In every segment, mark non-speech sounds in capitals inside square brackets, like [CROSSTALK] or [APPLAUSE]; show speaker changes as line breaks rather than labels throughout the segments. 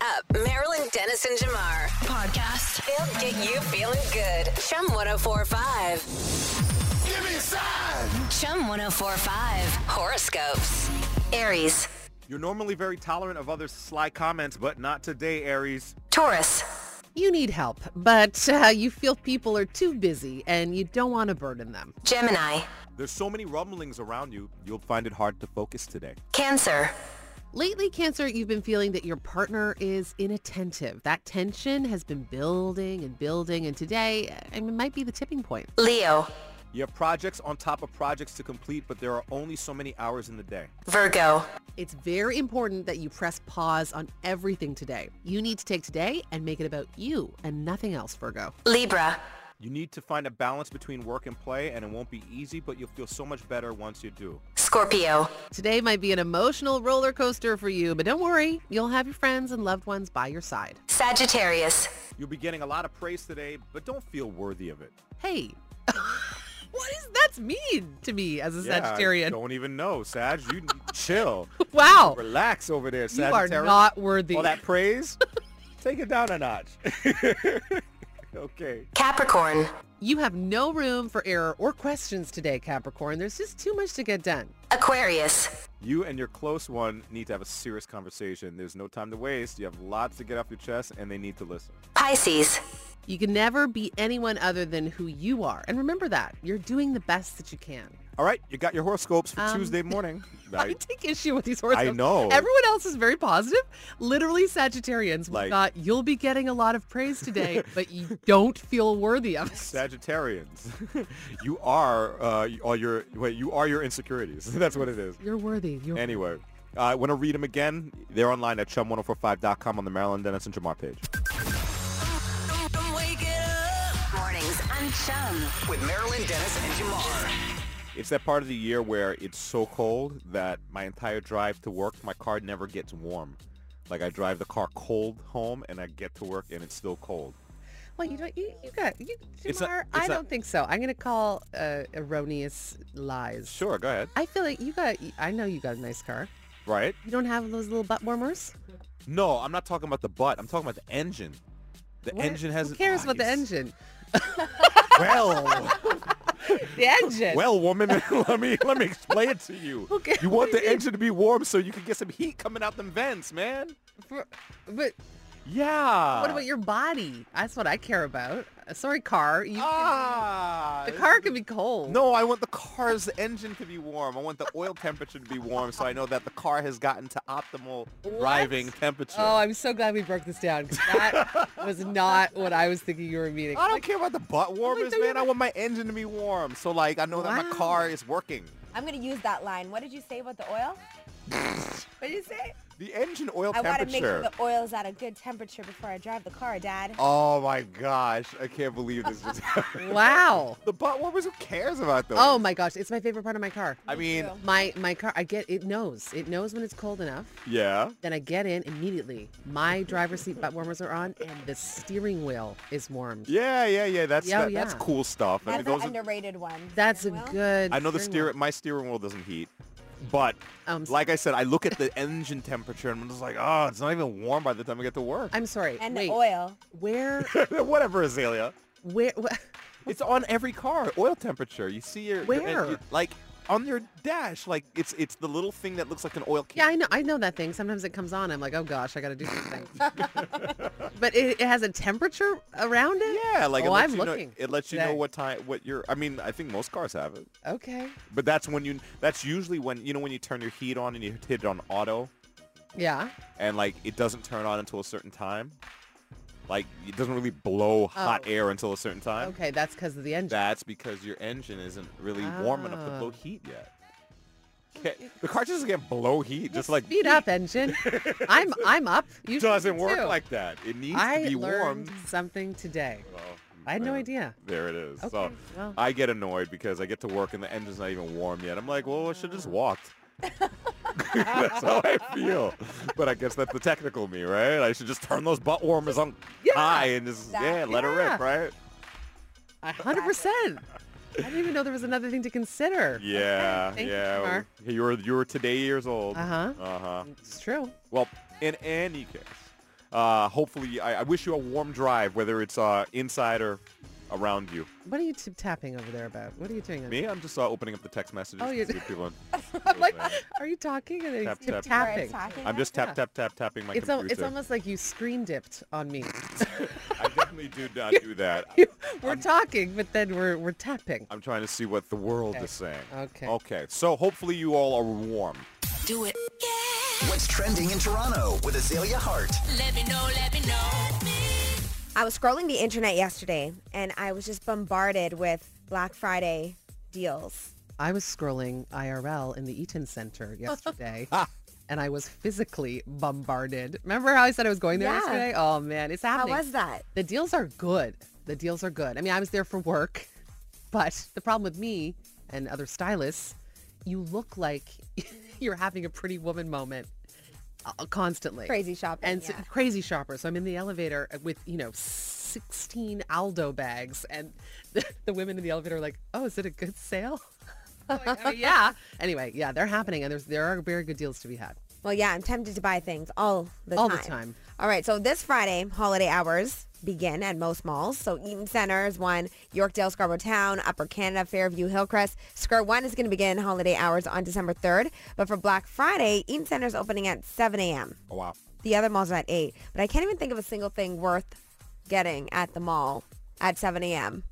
up. Marilyn Dennis and Jamar. Podcast. They'll get you feeling good. Chum 1045.
Give me sign.
Chum 1045. Horoscopes. Aries.
You're normally very tolerant of others' sly comments, but not today, Aries.
Taurus.
You need help, but uh, you feel people are too busy and you don't want to burden them.
Gemini.
There's so many rumblings around you, you'll find it hard to focus today.
Cancer.
Lately, Cancer, you've been feeling that your partner is inattentive. That tension has been building and building, and today I mean, it might be the tipping point.
Leo.
You have projects on top of projects to complete, but there are only so many hours in the day.
Virgo.
It's very important that you press pause on everything today. You need to take today and make it about you and nothing else, Virgo.
Libra.
You need to find a balance between work and play, and it won't be easy, but you'll feel so much better once you do.
Scorpio.
Today might be an emotional roller coaster for you, but don't worry. You'll have your friends and loved ones by your side.
Sagittarius.
You'll be getting a lot of praise today, but don't feel worthy of it.
Hey, [LAUGHS] what is that's mean to me as a
Yeah, I
Sagittarian?
don't even know, Sag. You [LAUGHS]
[LAUGHS]
chill.
Wow,
Relax over there,
you are
Sagittarius.
not worthy.
All that
[LAUGHS]
praise? Take it down a notch. [LAUGHS] okay.
Capricorn.
You have no room for error or questions today, Capricorn. There's just too much to get done.
Aquarius.
You and your close one need to have a serious conversation. There's no time to waste. You have lots to get off your chest and they need to listen.
Pisces.
You can never be anyone other than who you are. And remember that. You're doing the best that you can.
All right, you got your horoscopes for
Um,
Tuesday morning.
[LAUGHS] I,
I,
take issue with these horses.
I know.
Everyone else is very positive. Literally Sagittarians will
Like-
not, you'll be getting a lot of praise today, but you don't feel worthy of
[LAUGHS]
it.
Sagittarians, [LAUGHS] you are uh, all your wait. You are your insecurities. [LAUGHS] That's what it
[LAUGHS]
is.
You're worthy. You're
Anyway, I want to read them again. They're online at chum1045.com on the Maryland Dennis and Jamar page.
Wake it up. Mornings on Chum.
With Marilyn Dennis and Jamar.
It's that part of the year where it's so cold that my entire drive to work, my car never gets warm. Like I drive the car cold home and I get to work and it's still cold.
Well, you don't. You, you got. You,
It's not-
Jamar,
it's
I
not-
don't think so. I'm gonna call uh, erroneous lies.
Sure, go ahead.
I feel like you got. I know you got a nice car.
Right?
You don't have those little butt warmers.
No, I'm not talking about the butt. I'm talking about the engine. The
What-
engine has.
Who cares
Ah,
about the
you s-
engine?
[LAUGHS]
[LAUGHS]
Well,
The engine.
well, woman, [LAUGHS] let me let me explain it to you.
Okay,
You
what
want
do
the
you mean?
engine to be warm so you can get some heat coming out them vents, man.
For- but
Yeah.
what about your body? That's what I care about. Uh, Sorry, car. You, can-
Ah.
the car can be cold.
uh, No, I want the car's engine to be warm. I want the oil temperature to be warm so I know that the car has gotten to optimal driving temperature.
Oh, I'm so glad we broke this down 'cause
[LAUGHS]
that was not what I was thinking you were meaning.
I don't care about the butt warmers,
don't you
man. I want my engine to be warm so like I know that my
Wow.
car is working.
I'm gonna use that line. What did you say about the [LAUGHS] oil? what did you say?
The engine oil
I want to make sure
temperature.
the oil's at a good temperature before I drive the car, Dad.
Oh my gosh, I can't believe this just happened.
Wow.
[LAUGHS] The butt warmers, who cares about those?
Oh my gosh, it's my favorite part of my car.
I mean,
too.
My my car, I get it knows. It knows when it's cold enough.
yeah.
Then I get in immediately. My driver's seat butt warmers are on, and the steering wheel is warmed.
Yeah, yeah, yeah. That's
Yeah,
that- that's
yeah.
cool stuff. I mean,
That's an
those are-
underrated one.
That's a
Well,
good.
I know the
steering wheel.
steering my steering wheel doesn't heat, but
Um,
like I said, I look at the engine temperature and I'm just like, oh, it's not even warm by the time I get to work.
I'm sorry.
And
wait,
the oil.
[LAUGHS]
where,
Whatever, Azalea.
where, where?
It's on every car. Oil temperature. You see your your- and
Where?
you- like on your dash. Like it's it's the little thing that looks like an oil can.
Yeah, I know. I know that thing. Sometimes it comes on. I'm like, oh gosh, I got to do
[LAUGHS]
something. but it, it has a temperature around it.
Yeah, like it
Oh,
lets
I'm
you know,
looking
It lets you know
today.
what time, what your. I mean, I think most cars have it,
Okay.
but that's when you. That's usually when you know when you turn your heat on and you hit it on auto,
Yeah.
and like it doesn't turn on until a certain time. Like it doesn't really blow hot
Oh.
air until a certain time.
Okay. That's because of the engine.
That's because your engine isn't really warm enough to
Ah.
blow heat yet. Okay, The car just doesn't blow heat, just like
Speed
[LAUGHS]
up, engine. I'm I'm up. You
it
should
doesn't
be
work
too.
like that. It needs
I
to be
learned
warmed.
something today.
Well,
I had no
there-
idea.
There it is. So
Okay, well.
I get annoyed because I get to work and the engine's not even warm yet. I'm like, well, I should have just walked. [LAUGHS] that's how I feel. But I guess that's the technical me, right? I should just turn those butt warmers on high and just, yeah, let her rip,
Yeah.
right?
A hundred percent. I didn't even know there was another thing to consider.
Yeah,
Thank you,
yeah.
Tamar.
You were you were today years old.
Uh-huh.
Uh huh.
It's true.
Well, in any case, Uh, hopefully, I, I wish you a warm drive, whether it's uh, inside or around you.
What are you tip tapping over there about? What are you doing? on-
Me, I'm just uh, opening up the text messages.
Oh,
to
you're-
see if people-
[LAUGHS] I'm like, are you talking? And
Tap,
tap, tip
tap, tap.
tapping.
I'm
[LAUGHS]
just tap tap tap tapping my
It's, al-
computer.
it's almost like you screen dipped on
[LAUGHS]
me.
I definitely do not do
[LAUGHS]
that.
we're talking, but then we're we're tapping.
I'm trying to see what the world
Okay.
is saying.
Okay.
Okay. So hopefully you all are warm.
Do it.
What's trending in Toronto with Azalea Hart?
Let me know, let me know.
I was scrolling the internet yesterday and I was just bombarded with Black Friday deals.
I was scrolling IRL in the
[LAUGHS]
Eaton Center yesterday. And I was physically bombarded. Remember how I said I was going there
Yeah.
yesterday? Oh man, it's
How
happening.
was that?
The deals are good. The deals are good. I mean, I was there for work, but the problem with me and other stylists, you look like [LAUGHS] you're having a pretty woman moment uh, constantly.
Crazy shopping.
And
And
s- crazy shopper. So I'm in the elevator uh, with, you know, 16 Aldo bags. And [LAUGHS] the, the women in the elevator are like, oh, is it a good sale? I'm [LAUGHS] like, "Oh, yeah. Anyway, yeah, they're happening. And there's there are very good deals to be had.
Well, yeah, I'm tempted to buy things all the
All the
time.
time.
All right, so this Friday, holiday hours begin at most malls. So Eaton Center is one, Yorkdale, Scarborough Town, Upper Canada, Fairview, Hillcrest. Square One is going to begin holiday hours on December 3rd. But for Black Friday, Eaton Center is opening at 7 a.m.
Oh, wow.
The other malls are at 8. But I can't even think of a single thing worth getting at the mall at 7 a.m.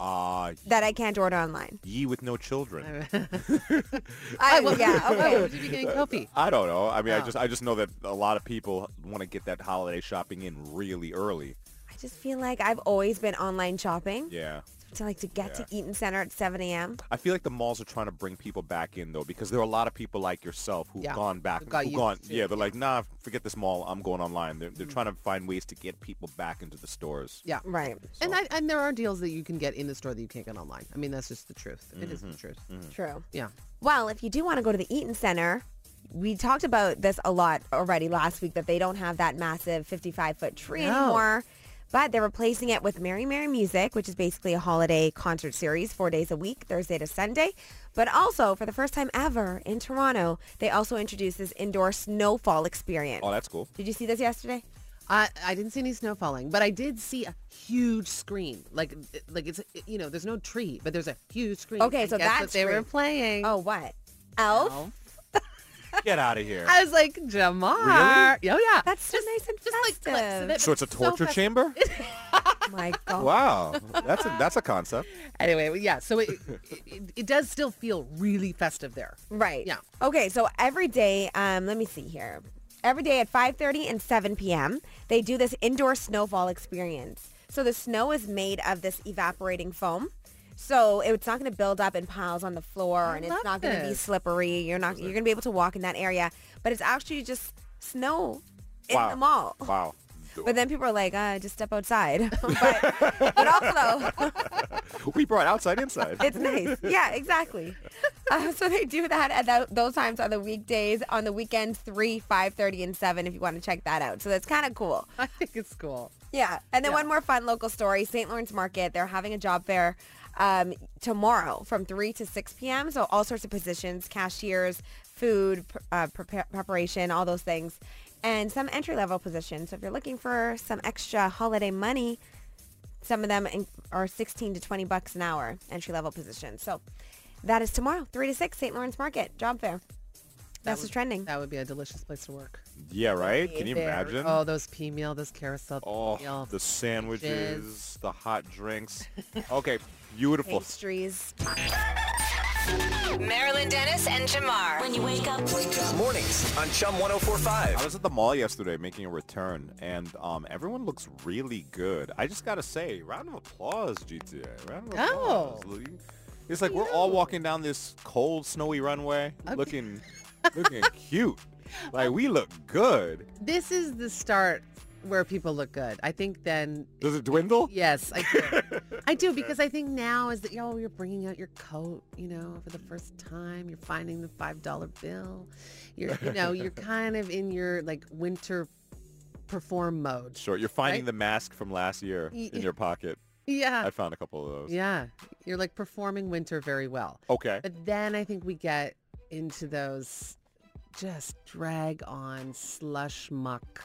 Uh,
that I can't order
[LAUGHS]
online.
ye with no children.
I, yeah,
[LAUGHS] Why
okay.
would you be getting Kofi?
I don't know. I mean, I
Oh.
just I just know that a lot of people want to get that holiday shopping in really early.
I just feel like I've always been online shopping.
Yeah.
To like to get to
Yeah.
Eaton Center at 7 a.m.
I feel like the malls are trying to bring people back in though, because there are a lot of people like yourself who've
Yeah,
gone back,
who got
who've
used
gone,
to it, Mm.
yeah, they're like, nah, forget this mall. I'm going online. They're, they're trying to find ways to get people back into the stores.
Yeah.
Right.
And I, and there are deals that you can get in the store that you can't get online. I mean, that's just the truth. It is
Mm-hmm.
the truth.
True.
Yeah.
Well, if you do want to go to the Eaton Center, we talked about this a lot already last week that they don't have that massive 55 foot tree
No.
anymore. But they're replacing it with Merry Merry Music, which is basically a holiday concert series, four days a week, Thursday to Sunday. But also, for the first time ever in Toronto, they also introduced this indoor snowfall experience.
Oh, that's
[LAUGHS]
cool.
Did you see this yesterday?
I, I didn't see any snow falling, but I did see a huge screen. Like like it's you know there's no tree, but there's a huge screen.
Okay,
And
so
guess
that
what they were
screen-
playing. [LAUGHS]
Oh, what? Elf?
Get out of here.
I was like Jamar. Really? Oh yeah.
That's so nice and
just like clips of it,
festive.
so it's a torture
fast-
chamber.
Oh [LAUGHS] my God.
wow, that's a that's a concept.
Anyway, well, yeah.
[LAUGHS]
So it, it, it it does still feel really festive there. [LAUGHS]
Right.
Yeah.
Okay, so every day, um, let me see here. Every day at 5.30 and 7 p.m., they do this indoor snowfall experience. So the snow is made of this evaporating foam. So it's not going to build up in piles on the floor and
love
it's not going to be
this.
slippery. You're not you're going to be able to walk in that area, but it's actually just snow in
Wow.
the mall.
Wow.
But then people are like, uh, just step outside. [LAUGHS] but, but also,
[LAUGHS] we brought outside inside.
it's nice. Yeah, exactly. Uh, so they do that at tho- those times on the weekdays, on the weekends, 3, 5.30, and 7 if you want to check that out. So that's kind of cool.
I think it's cool.
Yeah. And then
Yeah.
one more fun local story, St. Lawrence Market. They're having a job fair um, tomorrow from 3 to 6 p.m. So all sorts of positions, cashiers, food, pr- uh, prepar preparation, all those things. And some entry-level positions. So if you're looking for some extra holiday money, some of them in- are 16 to 20 bucks an hour, entry-level positions. So that is tomorrow, 3 to 6, St. Lawrence Market, job fair. That's what's trending.
That would be a delicious place to work.
[LAUGHS] yeah, right. Can you imagine?
Oh, those pea meal, those carousel.
Oh,
pea meal.
the sandwiches, the hot drinks. Okay, beautiful.
Pastries.
Marilyn Dennis and Jamar. When you wake up,
Mornings on Chum
I
1045.
was at the mall yesterday making a return, and um, everyone looks really good. I just gotta say, round of applause, GTA. Round of
Oh.
applause. Lee. It's like we're all walking down this cold, snowy runway, looking, looking cute. Like we look good.
This is the start where people look good. I think then
Does it dwindle?
Yes, I do. I do because I think now is that yo, you're bringing out your coat, you know, for the first time. You're finding the five dollar bill. You're, you know, you're kind of in your like winter perform mode.
Sure. You're finding
Right?
the mask from last year
Y-
in your pocket.
Yeah,
I found a couple of those.
yeah. You're like performing winter very well.
Okay.
But then I think we get
[LAUGHS]
into those just drag on slush muck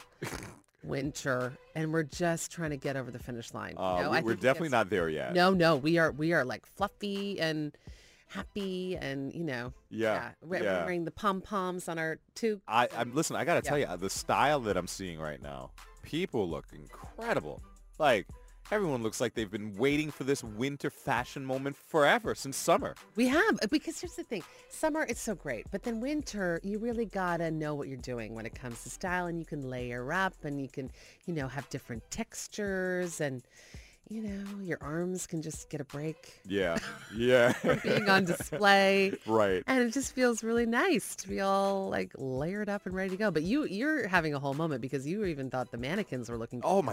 winter, and we're just trying to get over the finish line. you
Uh,
know?
we,
I
are
think we have
definitely
some-
not there yet.
No, no, we are we are like fluffy and happy, and you know,
Yeah,
we're,
yeah.
we're wearing the pom poms on our two.
I, I'm listen. I gotta
Yeah.
tell you, the style that I'm seeing right now, people look incredible. Like everyone looks like they've been waiting for this winter fashion moment forever since
[LAUGHS]
summer.
We have uh, because here's the thing: summer it's so great, but then winter you really gotta know what you're doing when it comes to style, and you can layer up, and you can you know have different textures, and you know your arms can just get a break
Yeah, yeah, [LAUGHS]
being on display.
right.
And it just feels really nice to be all like layered up and ready to go. But you you're having a whole moment because you even thought the mannequins were looking.
Oh
[LAUGHS]
my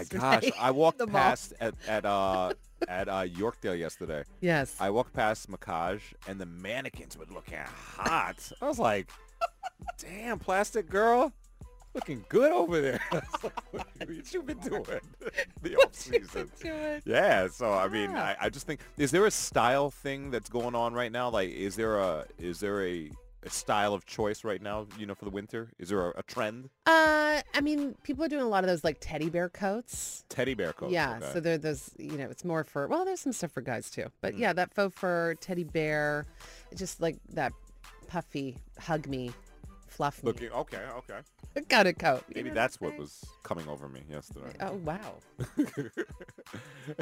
gosh,
yesterday.
I walked
The mall.
past at at uh at uh Yorkdale yesterday.
Yes. [LAUGHS]
I walked past Macaj and the mannequins were looking hot. I was like, damn, plastic girl. Looking good over there. [LAUGHS] I was like, what have you been doing? [LAUGHS] The off season.
Good.
Yeah, so I mean,
Yeah.
I, I just think is there a style thing that's going on right now? Like, is there a is there a, a style of choice right now? You know, for the winter, is there a, a trend?
Uh, I mean, people are doing a lot of those like teddy bear coats.
Teddy bear coats.
yeah,
okay.
so they're those, you know, it's more for, well, there's some stuff for guys too. But
Mm.
yeah, that faux fur, teddy bear, just like that puffy, hug me, fluff me,
looking. Okay, okay.
[LAUGHS] kind of coat. you
Maybe
know
that's
I'm
what was coming over me yesterday.
saying? Oh, wow.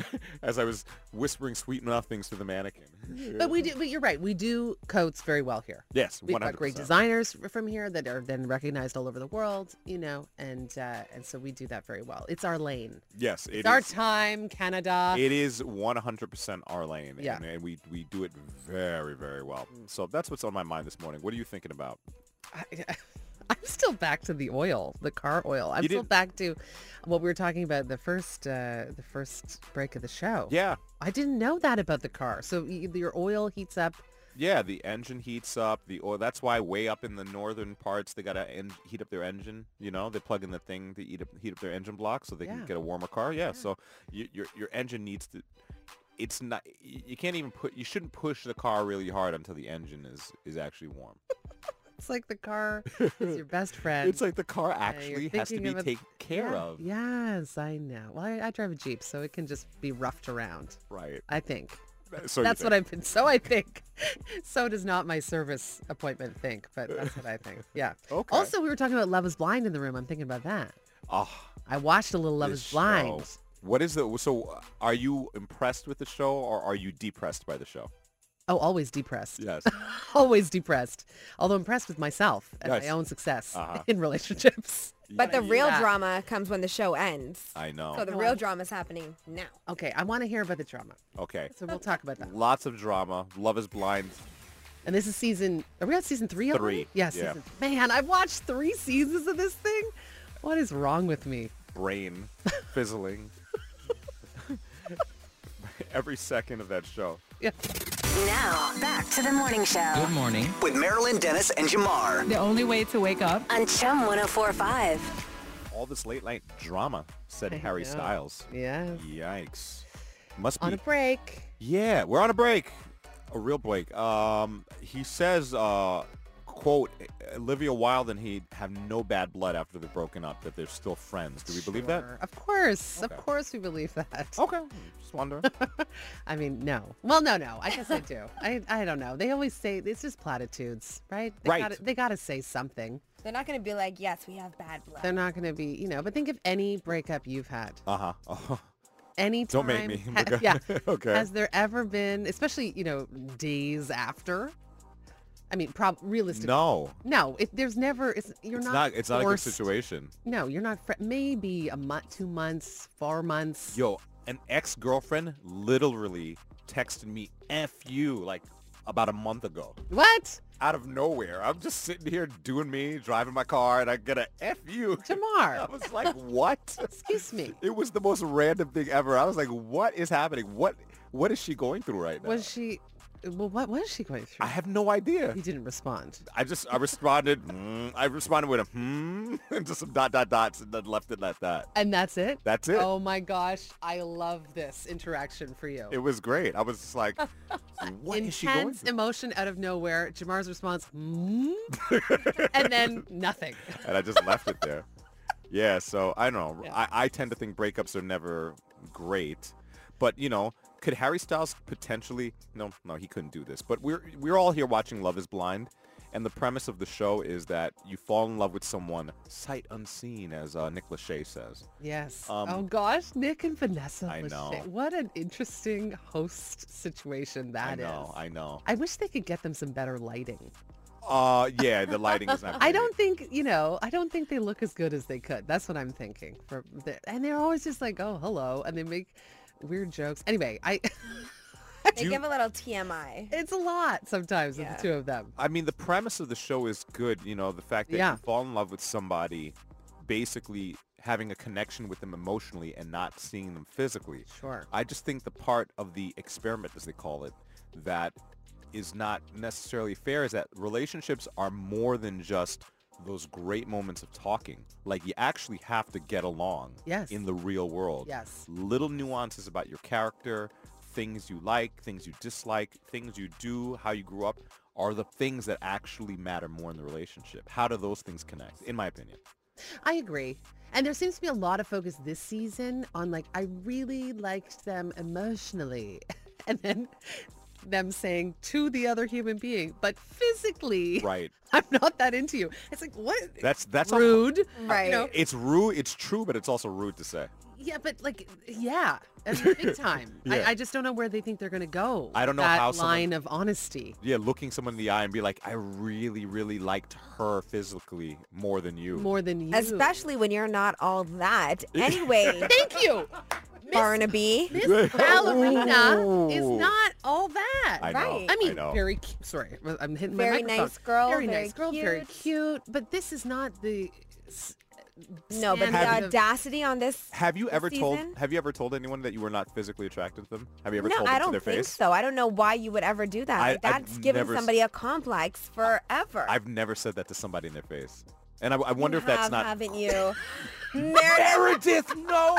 [LAUGHS] As I was whispering sweet enough things to the
[LAUGHS]
mannequin.
But we do, but you're right. We do coats very well here.
Yes,
We've
one
got
hundred
great
percent.
designers f- from here that are then recognized all over the world, you know, and uh, and so we do that very well. It's our lane.
Yes, it
It's our
is.
time, Canada.
It is 100% our lane,
Yeah. Mm.
and, and we, we do it very, very well. So that's what's on my mind this morning. What are you thinking about?
I, [LAUGHS] I'm still back to the oil, the car oil. I'm
You
still
didn't-
back to what we were talking about the first uh, the first break of the show.
Yeah,
I didn't know that about the car. So y- your oil heats up.
yeah, the engine heats up. The oil. That's why way up in the northern parts, they got to en- heat up their engine. You know, they plug in the thing to heat up, heat up their engine block so they
Yeah.
can get a warmer car. Yeah, so you, your, your engine needs to... It's not. You you can't even put. You shouldn't push the car really hard until the engine is is actually warm.
It's like the car
[LAUGHS]
is your best friend.
It's like the car
you're
actually has to
thinking
be
of a-
taken care
Yeah.
of.
Yes, I know. Well, I, I drive a Jeep, so it can just be roughed around,
Right.
I think.
So
that's what I've been. So I think. [LAUGHS] so does not my service appointment think, but that's what I think. Yeah.
Okay.
Also, we were talking about Love is Blind in the room. I'm thinking about that.
Ah.
I watched a little Love
this
is Blind.
show. What is the so? uh, Are you impressed with the show, or are you depressed by the show?
Oh, always depressed.
Yes.
[LAUGHS] Always depressed. Although impressed with myself and
Yes.
my own success
Uh-huh.
[LAUGHS] in relationships.
But the real
Yeah.
drama comes when the show ends.
I know.
So the real drama's happening now.
Okay, I want to hear about the drama.
okay.
So we'll talk about that.
Lots of drama. Love is blind.
And this is season, are we on season three already?
Three,
Yeah,
yeah.
season. Man, I've watched three seasons of this thing. What is wrong with me?
Brain fizzling. [LAUGHS] Every second of that show.
Yeah.
Now, back to the morning show
Good morning.
With Marilyn Dennis and Jamar.
The only way to wake up.
on Chum 1045.
All this late night drama. Said
I
Harry
know.
Styles.
Yeah.
Yikes. Must be
On a break.
Yeah, we're on a break. A real break. Um, he says, uh, quote, Olivia Wilde and he have no bad blood after they're broken up, that they're still friends. Do we believe that?
Sure. Of course.
uh, Okay. Oh.
Of course we believe that.
Okay. Just
[LAUGHS]
wondering.
I mean, no. Well, no, no. I guess I do.
[LAUGHS]
I, I don't know. They always say it's just platitudes, right? They
Right.
Gotta, they got to say something.
They're not going to be like, yes, we have bad blood.
They're not going to be, you know. But think of any breakup you've had.
uh-huh. Uh-huh.
Any
Don't
time.
make me.
ha-
Okay.
yeah.
[LAUGHS] Okay.
Has there ever been, especially you know, days after? I mean, prob realistically.
No.
No, it, there's never. It's you're
It's
not.
not, it's not a good
forced-
situation.
No, you're not. Fr- maybe a month, two months, four months.
Yo, an ex-girlfriend literally texted me F you like about a month ago.
What,
Out of nowhere. I'm just sitting here doing me, driving my car, and I get a F you. [LAUGHS] I
Jamar?
was like, what?
Excuse me.
It was the most random thing ever. I was like, "What is happening? What what is she going through right now?"
Was she? Well, what was she going through?
I have no idea.
He didn't respond.
I just I responded. mm, I responded with a hmm [LAUGHS] and just some dot dot dots and then left it at that.
And that's it?
That's it.
Oh my gosh, I love this interaction for you.
It was great. I was just
[LAUGHS]
like, "What is
Intense
she going through?"
emotion out of nowhere.
[LAUGHS]
Jamar's response, mm? and then nothing.
And I just left it there. Yeah, so I don't know.
Yeah.
I, I tend to think breakups are never great, but you know, could Harry Styles potentially? No, no, he couldn't do this. But we're we're all here watching Love Is Blind, and the premise of the show is that you fall in love with someone sight unseen, as uh, Nick Lachey says.
Yes.
Um,
oh gosh, Nick and Vanessa.
I
Lachey.
know.
What an interesting host situation
I
that is.
know, I know.
I wish they could get them some better lighting.
Uh, yeah, the lighting is not.
I
great.
don't think, you know, I don't think they look as good as they could. That's what I'm thinking. For the, and they're always just like, oh, hello, and they make weird jokes. Anyway, I [LAUGHS]
They
you-
give a little TMI.
it's a lot sometimes with
Yeah.
the two of them.
I mean, the premise of the show is good. You know, the fact that
Yeah.
you fall in love with somebody, basically having a connection with them emotionally and not seeing them physically.
Sure.
I just think the part of the experiment, as they call it, that is not necessarily fair is that relationships are more than just those great moments of talking. Like you actually have to get along
Yes.
in the real world.
Yes.
Little nuances about your character, things you like, things you dislike, things you do, how you grew up are the things that actually matter more in the relationship. How do those things connect, in my opinion?
I agree. And there seems to be a lot of focus this season on like I really liked them emotionally [LAUGHS] and then them saying to the other human being, but physically
Right.
[LAUGHS] I'm not that into you. It's like what
That's that's a- uh,
rude.
Right.
know,
it's rude. It's true, but it's also rude to say.
Yeah, but like yeah. That's big
[LAUGHS]
time.
Yeah.
I, I just don't know where they think they're gonna go.
I don't know
with that
how someone-
line of honesty.
yeah, looking someone in the eye and be like, I really, really liked her physically more than you.
More than you
Especially when you're not all that.
[LAUGHS]
Anyway,
Thank you.
Barnaby.
Miss [LAUGHS] Ballerina is
Ooh.
not all that.
I know.
Right.
I mean,
know.
very cu- sorry, I'm hitting
Very
my microphone.
nice girl,
very,
very
nice girl, very
cute.
cute. But this is not the. s-
No, but the
standard of-
audacity on this.
have you
this
ever
season?
told Have you ever told anyone that you were not physically attracted to them? Have you ever
No,
told them
I
to
don't
their
think
face?
so. I don't know why you would ever do that.
I-
Like,
I've
that's giving
never s-
somebody a complex forever.
I've never said that to somebody in their face, and I, I wonder
You
if that's
have,
not
haven't
[LAUGHS]
you? Meredith,
Meredith. No,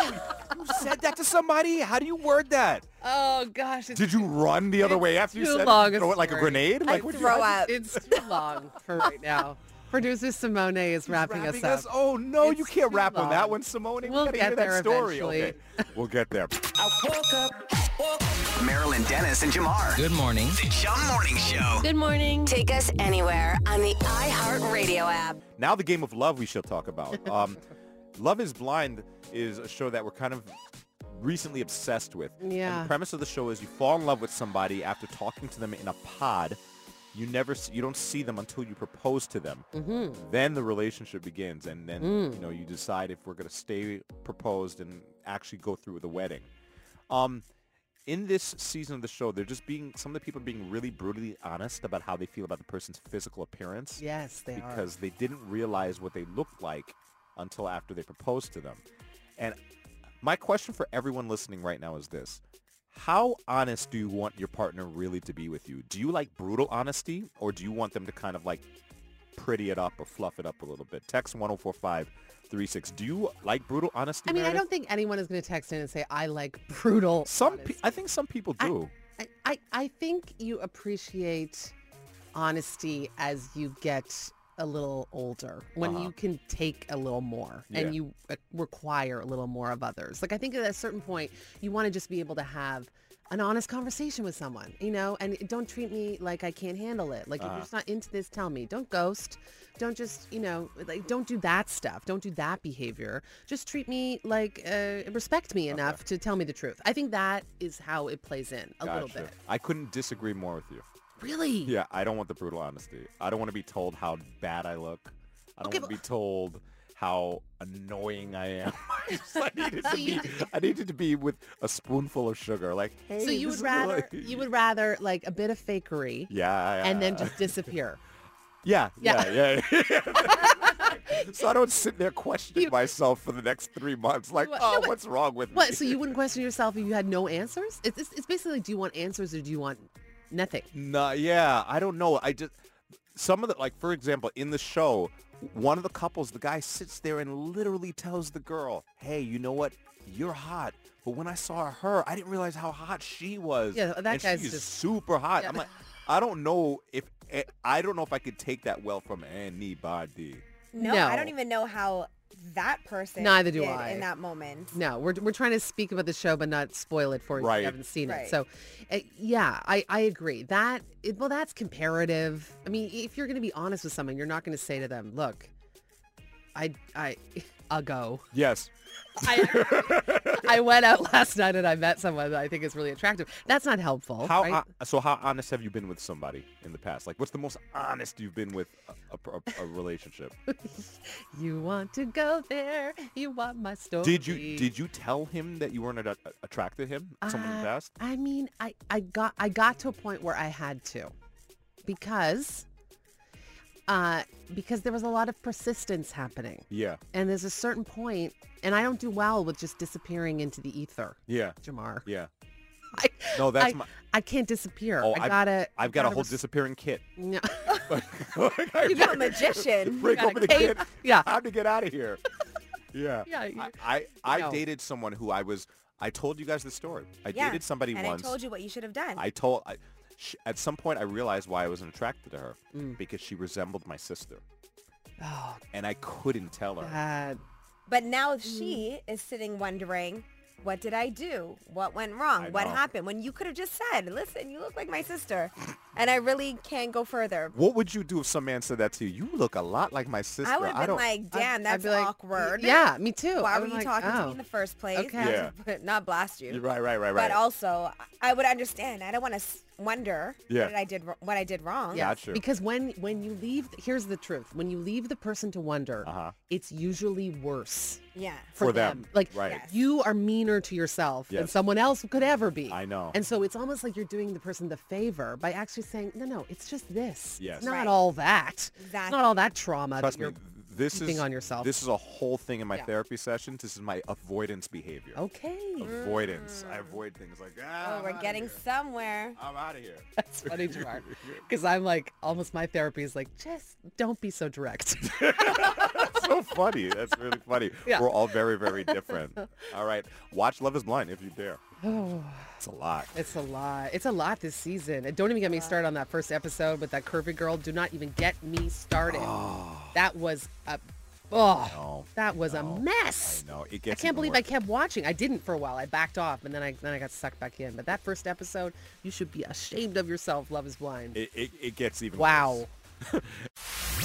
you said that to somebody. How do you word that?
Oh gosh, it's,
Did you run the other way after you
too
said
long
it?
a
Throw it like a
story.
grenade?
I
Like what'd you-
throw up.
it's too [LAUGHS] long for right now. Producer Simone is wrapping,
wrapping
us up.
Oh no, you
It's
can't
too
rap on that
long.
one, Simone. We
We'll
gotta
get
hear that
there
story.
eventually.
Okay, we'll get there.
[LAUGHS]
Marilyn Dennis and Jamar.
Good morning.
The Jum Morning Show.
Good morning.
Take us anywhere on the iHeartRadio app.
Now the game of love we shall talk about. Um, [LAUGHS] love is Blind is a show that we're kind of recently obsessed with. And
Yeah.
the premise of the show is you fall in love with somebody after talking to them in a pod. You never, s- you don't see them until you propose to them. Then the relationship begins, and then you know you decide if we're gonna stay proposed and actually go through with the wedding. Um, in this season of the show, they're just being some of the people are being really brutally honest about how they feel about the person's physical appearance
Yes, they are.
because they didn't realize what they looked like until after they proposed to them. And my question for everyone listening right now is this. How honest do you want your partner really to be with you? Do you like brutal honesty or do you want them to kind of like pretty it up or fluff it up a little bit? Text 104536. Do you like brutal honesty?
I mean, I
Meredith?
don't think anyone is going to text in and say I like brutal.
Some
honesty."
pe- I think some people
I-
do.
I, I, I think you appreciate honesty as you get a little older when
Uh-huh.
you can take a little more
Yeah.
and you uh, require a little more of others like i think at a certain point you want to just be able to have an honest conversation with someone you know and don't treat me like i can't handle it like if
Uh-huh.
you're just not into this tell me don't ghost don't just you know like don't do that stuff don't do that behavior just treat me like uh, respect
Uh-huh.
me enough to tell me the truth i think that is how it plays in a little
Gotcha.
bit
I couldn't disagree more with you.
really
Yeah, I don't want the brutal honesty. I don't want to be told how bad I look. I don't
Okay,
want to
but-
be told how annoying I am. [LAUGHS] I just- I needed to
So you-
be. I needed to be with a spoonful of sugar. Like, hey,
So
this
you would
is
rather
like-
you would rather like a bit of fakery
Yeah.
and then
yeah,
just disappear.
Yeah.
Yeah.
Yeah. Yeah. [LAUGHS] so I don't sit there questioning
You-
myself for the next three months. Like,
What- no,
oh,
but-
what's wrong with me?
What? So you wouldn't question yourself if you had no answers? It's, it's, it's basically do you want answers or do you want nothing?
No, yeah, I don't know. I just some of the like, for example, in the show, one of the couples, the guy sits there and literally tells the girl, "Hey, you know what? You're hot." But when I saw her, I didn't realize how hot she was.
Yeah, that
and
guy's
she's
just-
super hot.
Yeah.
I'm like, I don't know if eh, I don't know if I could take that well from anybody.
no, I don't
No.
even know how that person
Neither do
did
I.
in that moment.
No, we're, we're trying to speak about the show, but not spoil it for you if
Right.
you haven't seen
Right.
it. So, uh, yeah, I, I agree. That it, well, that's comparative. I mean, if you're going to be honest with someone, you're not going to say to them, "Look, I I a
[LAUGHS]
go.
Yes.
I, I went out last night and I met someone that I think is really attractive." That's not helpful.
How uh,
right?
hon- so? How honest have you been with somebody in the past? Like, what's the most honest you've been with a, a, a relationship?
you want to go there? You want my story?
did you did you tell him that you weren't a- attracted to him? Someone in
Uh,
the past?
I mean, I, I got I got to a point where I had to because uh, because there was a lot of persistence happening.
Yeah.
And there's a certain point, and I don't do well with just disappearing into the ether,
Yeah.
Jamar.
Yeah.
I,
No, that's
I,
my.
I can't disappear.
Oh,
I
I've-
gotta.
I've got a
gotta
whole
res-
disappearing kit.
No.
[LAUGHS]
[LAUGHS]
Like, I
You got a magician.
break
got a
open the
cape.
kit.
Yeah.
Time to get out of here. Yeah.
Yeah, you-
I I, I
No.
dated someone who I was. I told you guys the story. I
Yeah.
dated somebody
and
once.
I told you what you should have done.
I told. I, sh at some point, I realized why I wasn't attracted to her because she resembled my sister,
[LAUGHS] Oh
and I couldn't tell her.
God.
but
Mm.
now she is sitting wondering, what did I do? What went wrong?
I
What
know.
happened? When you could have just said, listen, you look like my sister. And I really can't go further.
What would you do if some man said that to you? You look a lot like my sister.
I would have been
don't.
like, damn,
I'd
that's
be like,
awkward.
Yeah, me too.
Why
I'm
were you
like,
talking to
oh.
me in the first place?
Okay.
Not [LAUGHS]
Yeah.
to put- Not blast you.
You're right, right, right, right.
But also, I would understand. I don't want to wonder
Yeah.
what I did wr- what I did wrong.
Yeah,
Gotcha.
because when when you leave, here's the truth: when you leave the person to wonder,
Uh-huh.
it's usually worse
Yeah.
for,
For them,
Like
right. Yes.
you are meaner to yourself than
Yes.
someone else could ever be.
I know.
And so it's almost like you're doing the person the favor by actually saying, no, no, it's just this.
Yes.
It's not
Right.
all that. It's
Exactly.
not all that trauma.
Trust
that
me, [LAUGHS]
you're,
this
keeping
is
on yourself.
This is a whole thing in my
Yeah.
therapy sessions. This is my avoidance behavior.
okay. Mm.
Avoidance. I avoid things like ah.
Oh,
I'm
we're
outta
getting
here.
somewhere.
I'm out of
[LAUGHS]
here.
[LAUGHS] That's funny, Jamar. Because I'm like, almost my therapy is like, just don't be so [LAUGHS] direct.
That's so funny. That's really funny.
[LAUGHS] Yeah.
We're all very, very
[LAUGHS]
different. all right. Watch Love is Blind if you
[SIGHS]
dare.
oh,
It's a lot.
it's a lot. It's a lot this season. And don't even get me started on that first episode with that curvy girl. Do not even get me started. That was a, oh,
No,
that was
no,
a mess.
I know. It
I
gets
can't
even
believe I
worse.
kept watching. I didn't for a while. I backed off, and then I then I got sucked back in. But that first episode, you should be ashamed of yourself. Love is blind.
It, it, it gets even worse.
wow.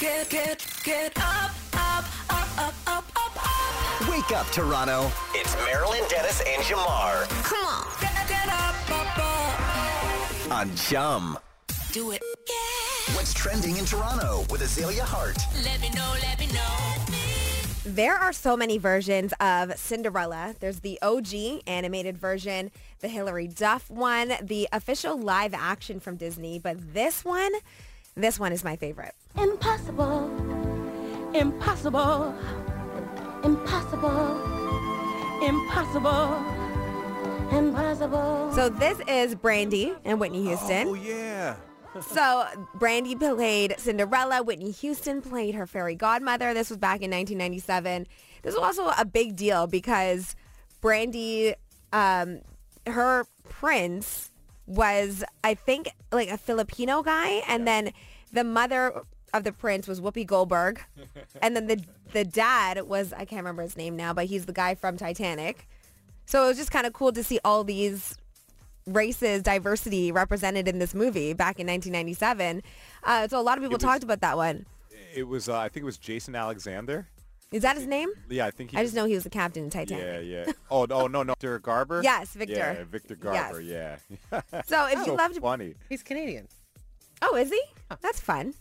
Get, get, get up, up, up, up, up, up, up.
Wake up, Toronto. It's Marilyn Dennis and Jamar
Come on. Get, get up, up, up.
on Chum.
Do it. Yeah.
What's trending in Toronto with Azalea Hart?
Let me know, let me know.
There are so many versions of Cinderella. There's the OG animated version, the Hilary Duff one, the official live action from Disney, but this one, this one is my favorite.
Impossible. Impossible. Impossible. Impossible. Impossible.
So this is Brandy and Whitney Houston.
Oh, yeah.
So Brandy played Cinderella. Whitney Houston played her fairy godmother. This was back in 1997. This was also a big deal because Brandy, um, her prince was, I think, like a Filipino guy, and then the mother of the prince was Whoopi Goldberg, and then the the dad was I can't remember his name now, but he's the guy from Titanic. So it was just kind of cool to see all these races, diversity represented in this movie back in 1997. Uh, so a lot of people
It was-
talked about that one.
It was, uh, I think it was Jason Alexander.
Is that his name?
Yeah, I think he
I
was-
just know he was the captain in Titanic.
Yeah, yeah. Oh, no, no, no. Victor Garber?
Yes, Victor.
Yeah, Victor Garber, yeah.
So if you
[LAUGHS] so
loved,
funny.
He's Canadian.
oh, is he? That's fun.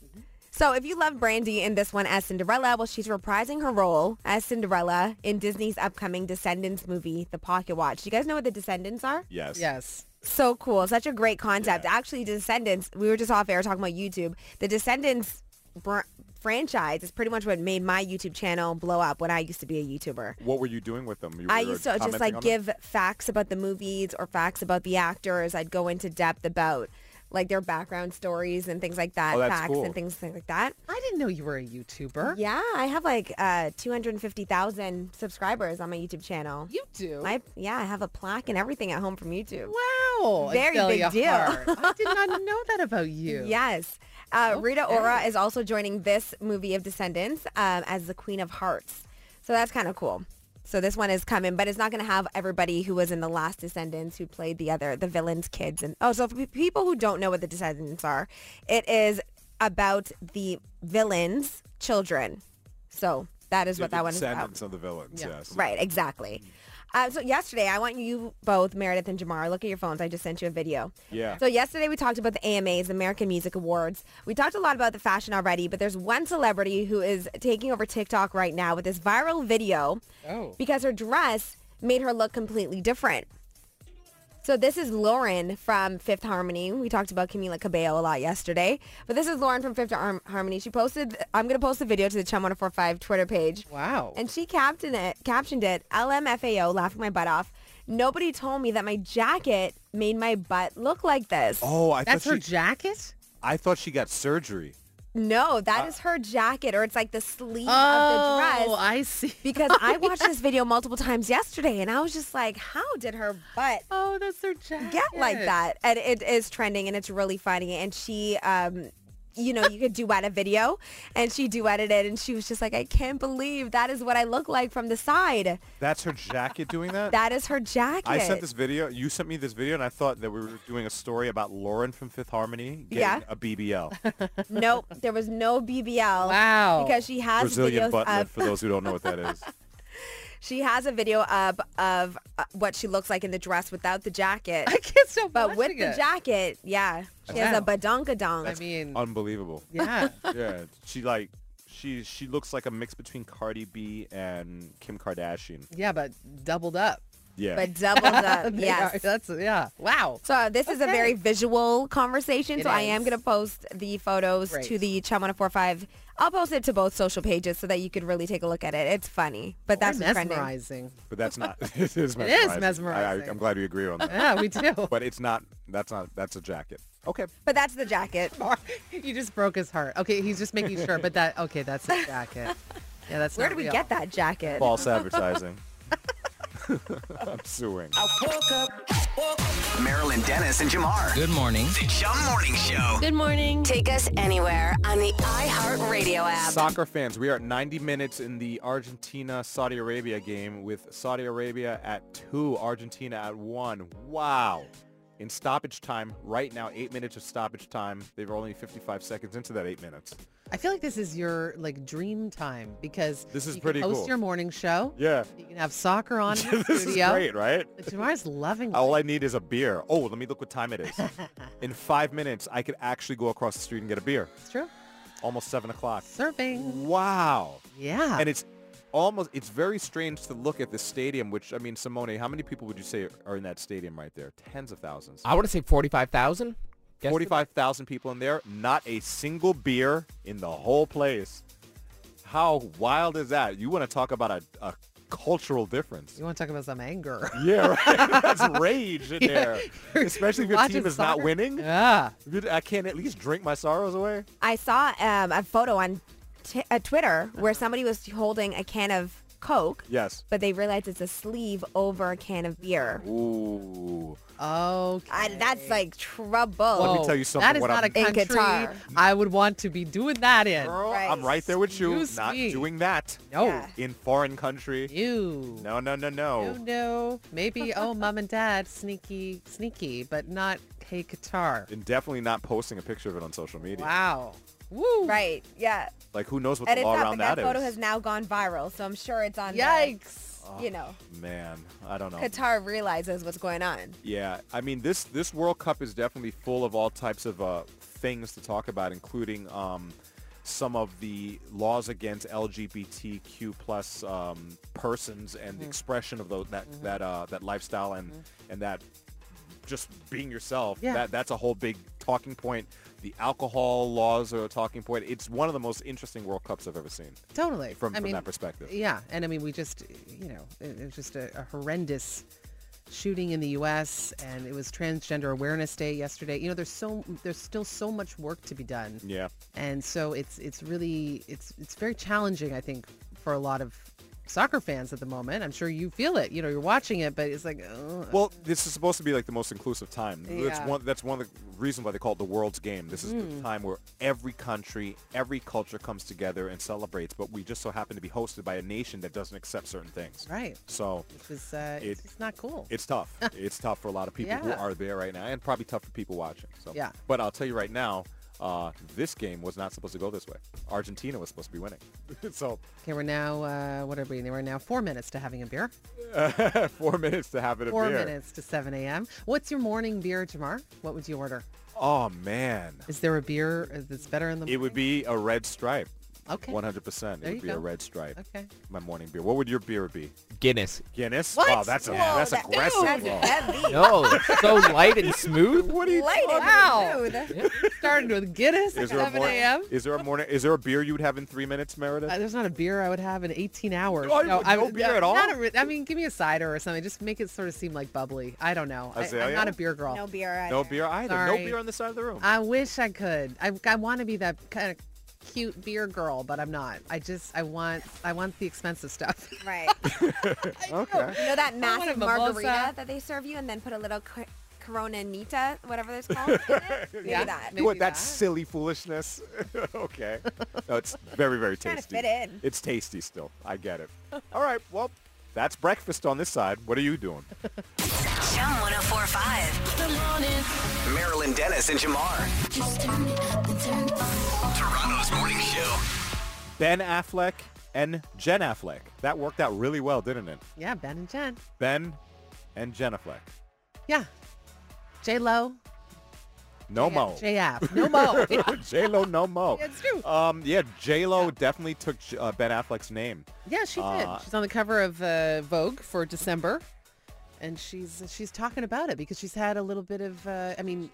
So if you love Brandy in this one as Cinderella, well, she's reprising her role as Cinderella in Disney's upcoming Descendants movie, The Pocket Watch. Do you guys know what the Descendants are?
Yes.
Yes.
So cool. Such a great concept. Actually, Descendants, we were just off air talking about YouTube. The Descendants br- franchise is pretty much what made my YouTube channel blow up when I used to be a YouTuber.
What were you doing with them? You
I
were
used to just
commenting
like
on them?
give facts about the movies or facts about the actors. I'd go into depth about like their background stories and things like that,
Oh, that's
facts
cool.
and things, things like that.
I didn't know you were a YouTuber.
Yeah, I have like uh, 250,000 subscribers on my YouTube channel.
You do.
I, yeah, I have a plaque and everything at home from YouTube.
wow.
Very big
Adelia
deal. [LAUGHS]
Hart. I did not know that about you.
Yes. Uh, Rita Ora is also joining this movie of Descendants um, as the Queen of Hearts. So that's kind of cool. So this one is coming, but it's not going to have everybody who was in the last Descendants who played the other, the villains' kids. And oh, so for pe- people who don't know what the Descendants are, it is about the villains' children. So that is what that one is about.
Descendants of the villains,
Yeah.
yes.
Right, exactly. Uh, so yesterday, I want you both, Meredith and Jamar, look at your phones. I just sent you a video.
Yeah.
So yesterday we talked about the AMAs, the American Music Awards. We talked a lot about the fashion already, but there's one celebrity who is taking over TikTok right now with this viral video
Oh.
because her dress made her look completely different. So this is Lauren from Fifth Harmony. We talked about Camila Cabello a lot yesterday, but this is Lauren from Fifth Har- Harmony. She posted, I'm going to post the video to the Chum 1045 Twitter page.
Wow.
And she captioned it, captioned it, LMFAO, laughing my butt off. Nobody told me that my jacket made my butt look like this.
Oh, I
That's
thought
her
she,
jacket?
I thought she got surgery.
No, that is
Uh.
her jacket, or it's like the sleeve of the
Oh, [LAUGHS]
dress.
I see.
because I watched this video multiple times yesterday, and I was just like, how did her butt
Oh, that's her jacket.
get like that? And it is trending, and it's really funny. And she, um, you know, you could duet a video, and she duetted it, and she was just like, I can't believe that is what I look like from the side.
That's her jacket doing that?
That is her jacket.
I sent this video. You sent me this video, and I thought that we were doing a story about Lauren from Fifth Harmony getting
Yeah. [LAUGHS]
a BBL,
Nope, there was no BBL.
Wow.
Because she has
Brazilian
videos
butt lift.
of
For those who don't know what
[LAUGHS]
that is,
she has a video up of uh, what she looks like in the dress without the jacket.
[LAUGHS] I can't stop
But with
watching
the
it.
jacket, yeah, she has a
Wow. I
badonkadonk.
mean,
[LAUGHS] unbelievable.
yeah.
Yeah, she like she she looks like a mix between Cardi B and Kim Kardashian.
Yeah, but doubled up.
Yeah,
But doubled up,
[LAUGHS] They are-
yes.
That's, yeah. Wow.
So this is a
Okay.
very visual conversation.
It
so I am
is.
going to post the photos
Great.
to the Chum 1045. I'll post it to both social pages so that you could really take a look at it. It's funny, but that's what's trending.
mesmerizing.
but that's not. [LAUGHS] it is mesmerizing. I,
mesmerizing.
I, I'm glad we agree on [LAUGHS] that.
Yeah, we do.
[LAUGHS]
[LAUGHS]
but it's not. That's not. That's a [LAUGHS] jacket. Okay.
But that's the jacket.
you just broke his heart. Okay, he's just making sure. But that, okay, that's his jacket. Yeah, that's
Where
not
do we
real.
get that jacket?
False advertising. [LAUGHS] I'm suing.
Marilyn Dennis and Jamar.
Good morning.
The Chum Morning Show.
Good morning.
Take us anywhere on the iHeartRadio app.
Soccer fans, we are at 90 minutes in the Argentina-Saudi Arabia game with Saudi Arabia at 2, Argentina at 1. Wow. In stoppage time, right now, 8 minutes of stoppage time. They're only 55 seconds into that 8 minutes.
I feel like this is your like dream time because
This is
you can
pretty
host
cool.
your morning show.
Yeah.
You can have soccer on in the
[LAUGHS] this is
studio.
great, right?
But Jamar's loving it.
All I need is a beer. Oh, let me look what time it
[LAUGHS]
is. In five minutes, I could actually go across the street and get a beer.
It's true.
Almost 7 o'clock.
Surfing.
Wow.
Yeah.
and it's almost it's very strange to look at this stadium which i mean simone how many people would you say are in that stadium right there tens of thousands
I want to say 45,000. Guess-
45000 people in there not a single beer in the whole place how wild is that you want to talk about a, a cultural difference
you want to talk about
[LAUGHS]
some anger?
yeah right that's rage
[LAUGHS]
in there especially if your
Watching
team is not
soccer?
winning
Yeah.
i can't at least drink my sorrows away
I saw um, a photo on t- uh, Twitter where somebody was holding a can of Coke,
yes
but they realized it's a sleeve over a can of beer.
ooh
Okay.
I, that's like trouble.
Let me
Whoa,
tell you something,
That is
what
not
I'm-
a
In
country
Qatar.
I would want to be doing that in.
girl i'm
Christ.
right there with you
Excuse
not
me.
doing that
No.
Yeah.
in foreign country
You.
No, no, no,
No,
no.
no.
[LAUGHS]
Maybe, oh, mom and dad, sneaky, sneaky, but not, hey, Qatar.
And definitely not posting a picture of it on social media.
Wow. Woo.
Right. Yeah.
Like, who knows what
And
the
it's
law
up.
around
And that
that is?
photo has now gone viral, so I'm sure it's on. the-
Yikes.
you know,
Man, I don't know.
Qatar realizes what's going on.
Yeah, I mean, this this World Cup is definitely full of all types of uh, things to talk about, including um, some of the laws against LGBTQ plus um, persons and
Mm-hmm.
the expression of those, that that uh, that lifestyle and and that just being yourself.
Yeah.
That that's a whole big talking point. The alcohol laws are a talking point. It's one of the most interesting World Cups I've ever seen
Totally.
from,
I
from
mean,
that perspective.
Yeah, and I mean, we just, you know, it, it's just a, a horrendous shooting in the U.S. and it was Transgender Awareness Day yesterday. You know, there's so there's still so much work to be done,
Yeah.
and so it's it's really it's it's very challenging, I think, for a lot of soccer fans at the moment. I'm sure you feel it. You know, you're watching it, but it's like, oh,
Well, this is supposed to be like the most inclusive time.
Yeah. Hmm.
That's one. That's one of the reasons why they call it the world's game. This is the time where every country, every culture comes together and celebrates. But we just so happen to be hosted by a nation that doesn't accept certain things.
right.
So
Which is, uh, it's
It-
just not cool.
it's
[LAUGHS]
tough. it's tough for a lot of people who
Yeah.
are there right now, and probably tough for people watching. So
Yeah.
But I'll tell you right now. Uh, this game was not supposed to go this way. Argentina was supposed to be winning. [LAUGHS] so
okay, we're now, uh, what are we? We're now four minutes to having a beer.
four minutes to have it. a
Four
beer.
minutes to 7 a.m. What's your morning beer, Jamar? What would you order?
Oh man.
Is there a beer uh, that's better in the
It
morning?
would be a red stripe.
Okay.
100%. It
There you
would be a
go.
red stripe.
Okay.
My morning beer. What would your beer be?
Guinness.
Guinness?
What?
Wow, that's a,
Whoa,
that's
that-
aggressive.
That's
Wow.
heavy.
No, it's so light and smooth.
What are you
Light
talking-
and smooth.
Starting with Guinness at
Is there, a
7
morning,
a.m.
is there a morning? Is there a beer you would have in three minutes, Meredith?
Uh, there's not a beer I would have in 18 hours.
Oh, no beer at all?
not a re- I mean, give me a cider or something. Just make it sort of seem like bubbly. I don't know. I, am
Azalea?
not a beer girl.
No beer. Either.
no beer either.
Sorry.
No beer on the side of the room.
I wish I could. I, I want to be that kind of cute beer girl, but I'm not. I just I want I want the expensive stuff. [LAUGHS]
[LAUGHS] Right.
okay.
You know that
want
massive
a mimosa.
margarita that they serve you, and then put a little cor- Coronanita, whatever it's
[LAUGHS]
called. In it? Maybe
Yeah.
that.
Maybe
what?
that.
That's silly foolishness. [LAUGHS] okay. No, it's very, very
Trying to
tasty.
fit in.
It's tasty still. I get it. All right. Well, that's breakfast on this side. What are you doing?
Chum 1045.
Marilyn Dennis and Jamar. Toronto's morning show.
Ben Affleck and Jen Affleck. That worked out really well, didn't it?
Yeah, Ben and Jen.
Ben and Jen Affleck.
Yeah, J Lo,
No mo.
J F, no
[LAUGHS]
mo. Yeah,
J Lo, no mo.
[LAUGHS] it's true.
Um, yeah, J Lo definitely took uh, Ben Affleck's name.
Yeah, she did.
Uh,
she's on the cover of uh, Vogue for December, and she's she's talking about it because she's had a little bit of uh, I mean,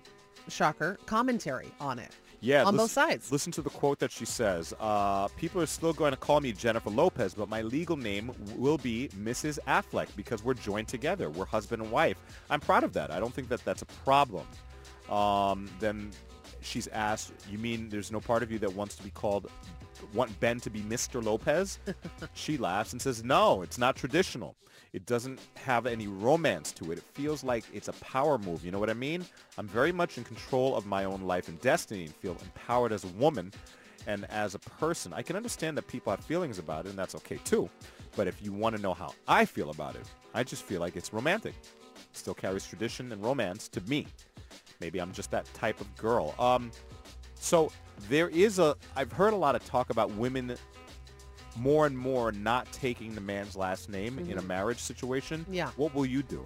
shocker commentary on it.
Yeah,
on both
listen-
sides.
Listen to the quote that she says. Uh, people are still going to call me Jennifer Lopez, but my legal name will be Mrs. Affleck because we're joined together. We're husband and wife. I'm proud of that. I don't think that that's a problem. Um, then she's asked, "You mean there's no part of you that wants to be called?" want Ben to be Mr.
[LAUGHS]
Lopez? she laughs and says, no, it's not traditional. It doesn't have any romance to it. It feels like it's a power move. You know what I mean? I'm very much in control of my own life and destiny and feel empowered as a woman and as a person. I can understand that people have feelings about it and that's okay too. But if you want to know how I feel about it, I just feel like it's romantic. It still carries tradition and romance to me. Maybe I'm just that type of girl. Um, so there is a, I've heard a lot of talk about women more and more not taking the man's last name in a marriage situation.
Mm-hmm. Yeah.
What will you do?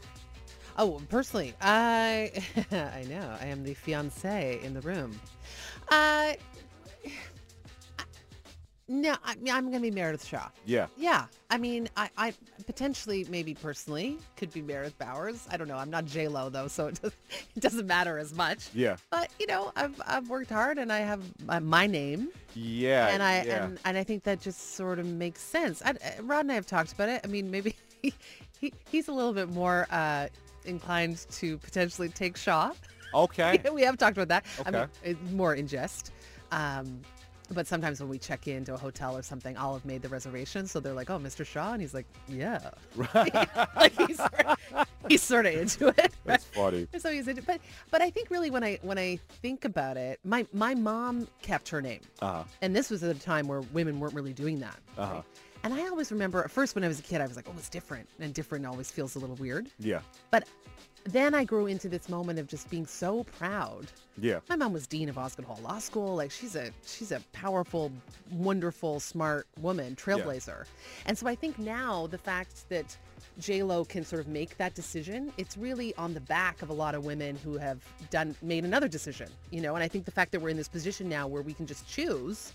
Oh, personally, I [LAUGHS] I know I am the fiance in the room. Uh, [SIGHS] no, I mean, I'm going to be Meredith Shaw.
Yeah.
Yeah, I mean, I, I potentially, maybe personally, could be Meredith Bowers. I don't know. I'm not J Lo though, so it, does, [LAUGHS] it doesn't matter as much.
Yeah.
But you know, I've I've worked hard, and I have my, my name,
Yeah.
and I
yeah.
and, and I think that just sort of makes sense. I, I- Rod and I have talked about it. I mean, maybe [LAUGHS] he, he he's a little bit more uh, inclined to potentially take Shaw.
[LAUGHS]
[LAUGHS]
okay.
we have talked about that. I mean,
Okay.
it- more in jest. Um, but sometimes when we check into a hotel or something, I'll have made the reservation, so they're like, "Oh, Mr. Shaw," and he's like, "Yeah." [LAUGHS] like he's sort of, he's sort of into it.
[LAUGHS]
[LAUGHS]
That's funny.
There's always a but but I think really when I when I think about it, my my mom kept her name.
Uh-huh.
And this was at a time where women weren't really doing that.
Uh-huh.
And I always remember at first when I was a kid, I was like, oh, it's different. And different always feels a little weird.
Yeah.
But then I grew into this moment of just being so proud.
Yeah.
My mom was dean of Osgood Hall Law School. Like she's a she's a powerful, wonderful, smart woman, trailblazer. And so I think now the fact that J Lo can sort of make that decision, it's really on the back of a lot of women who have done made another decision. You know, and I think the fact that we're in this position now where we can just choose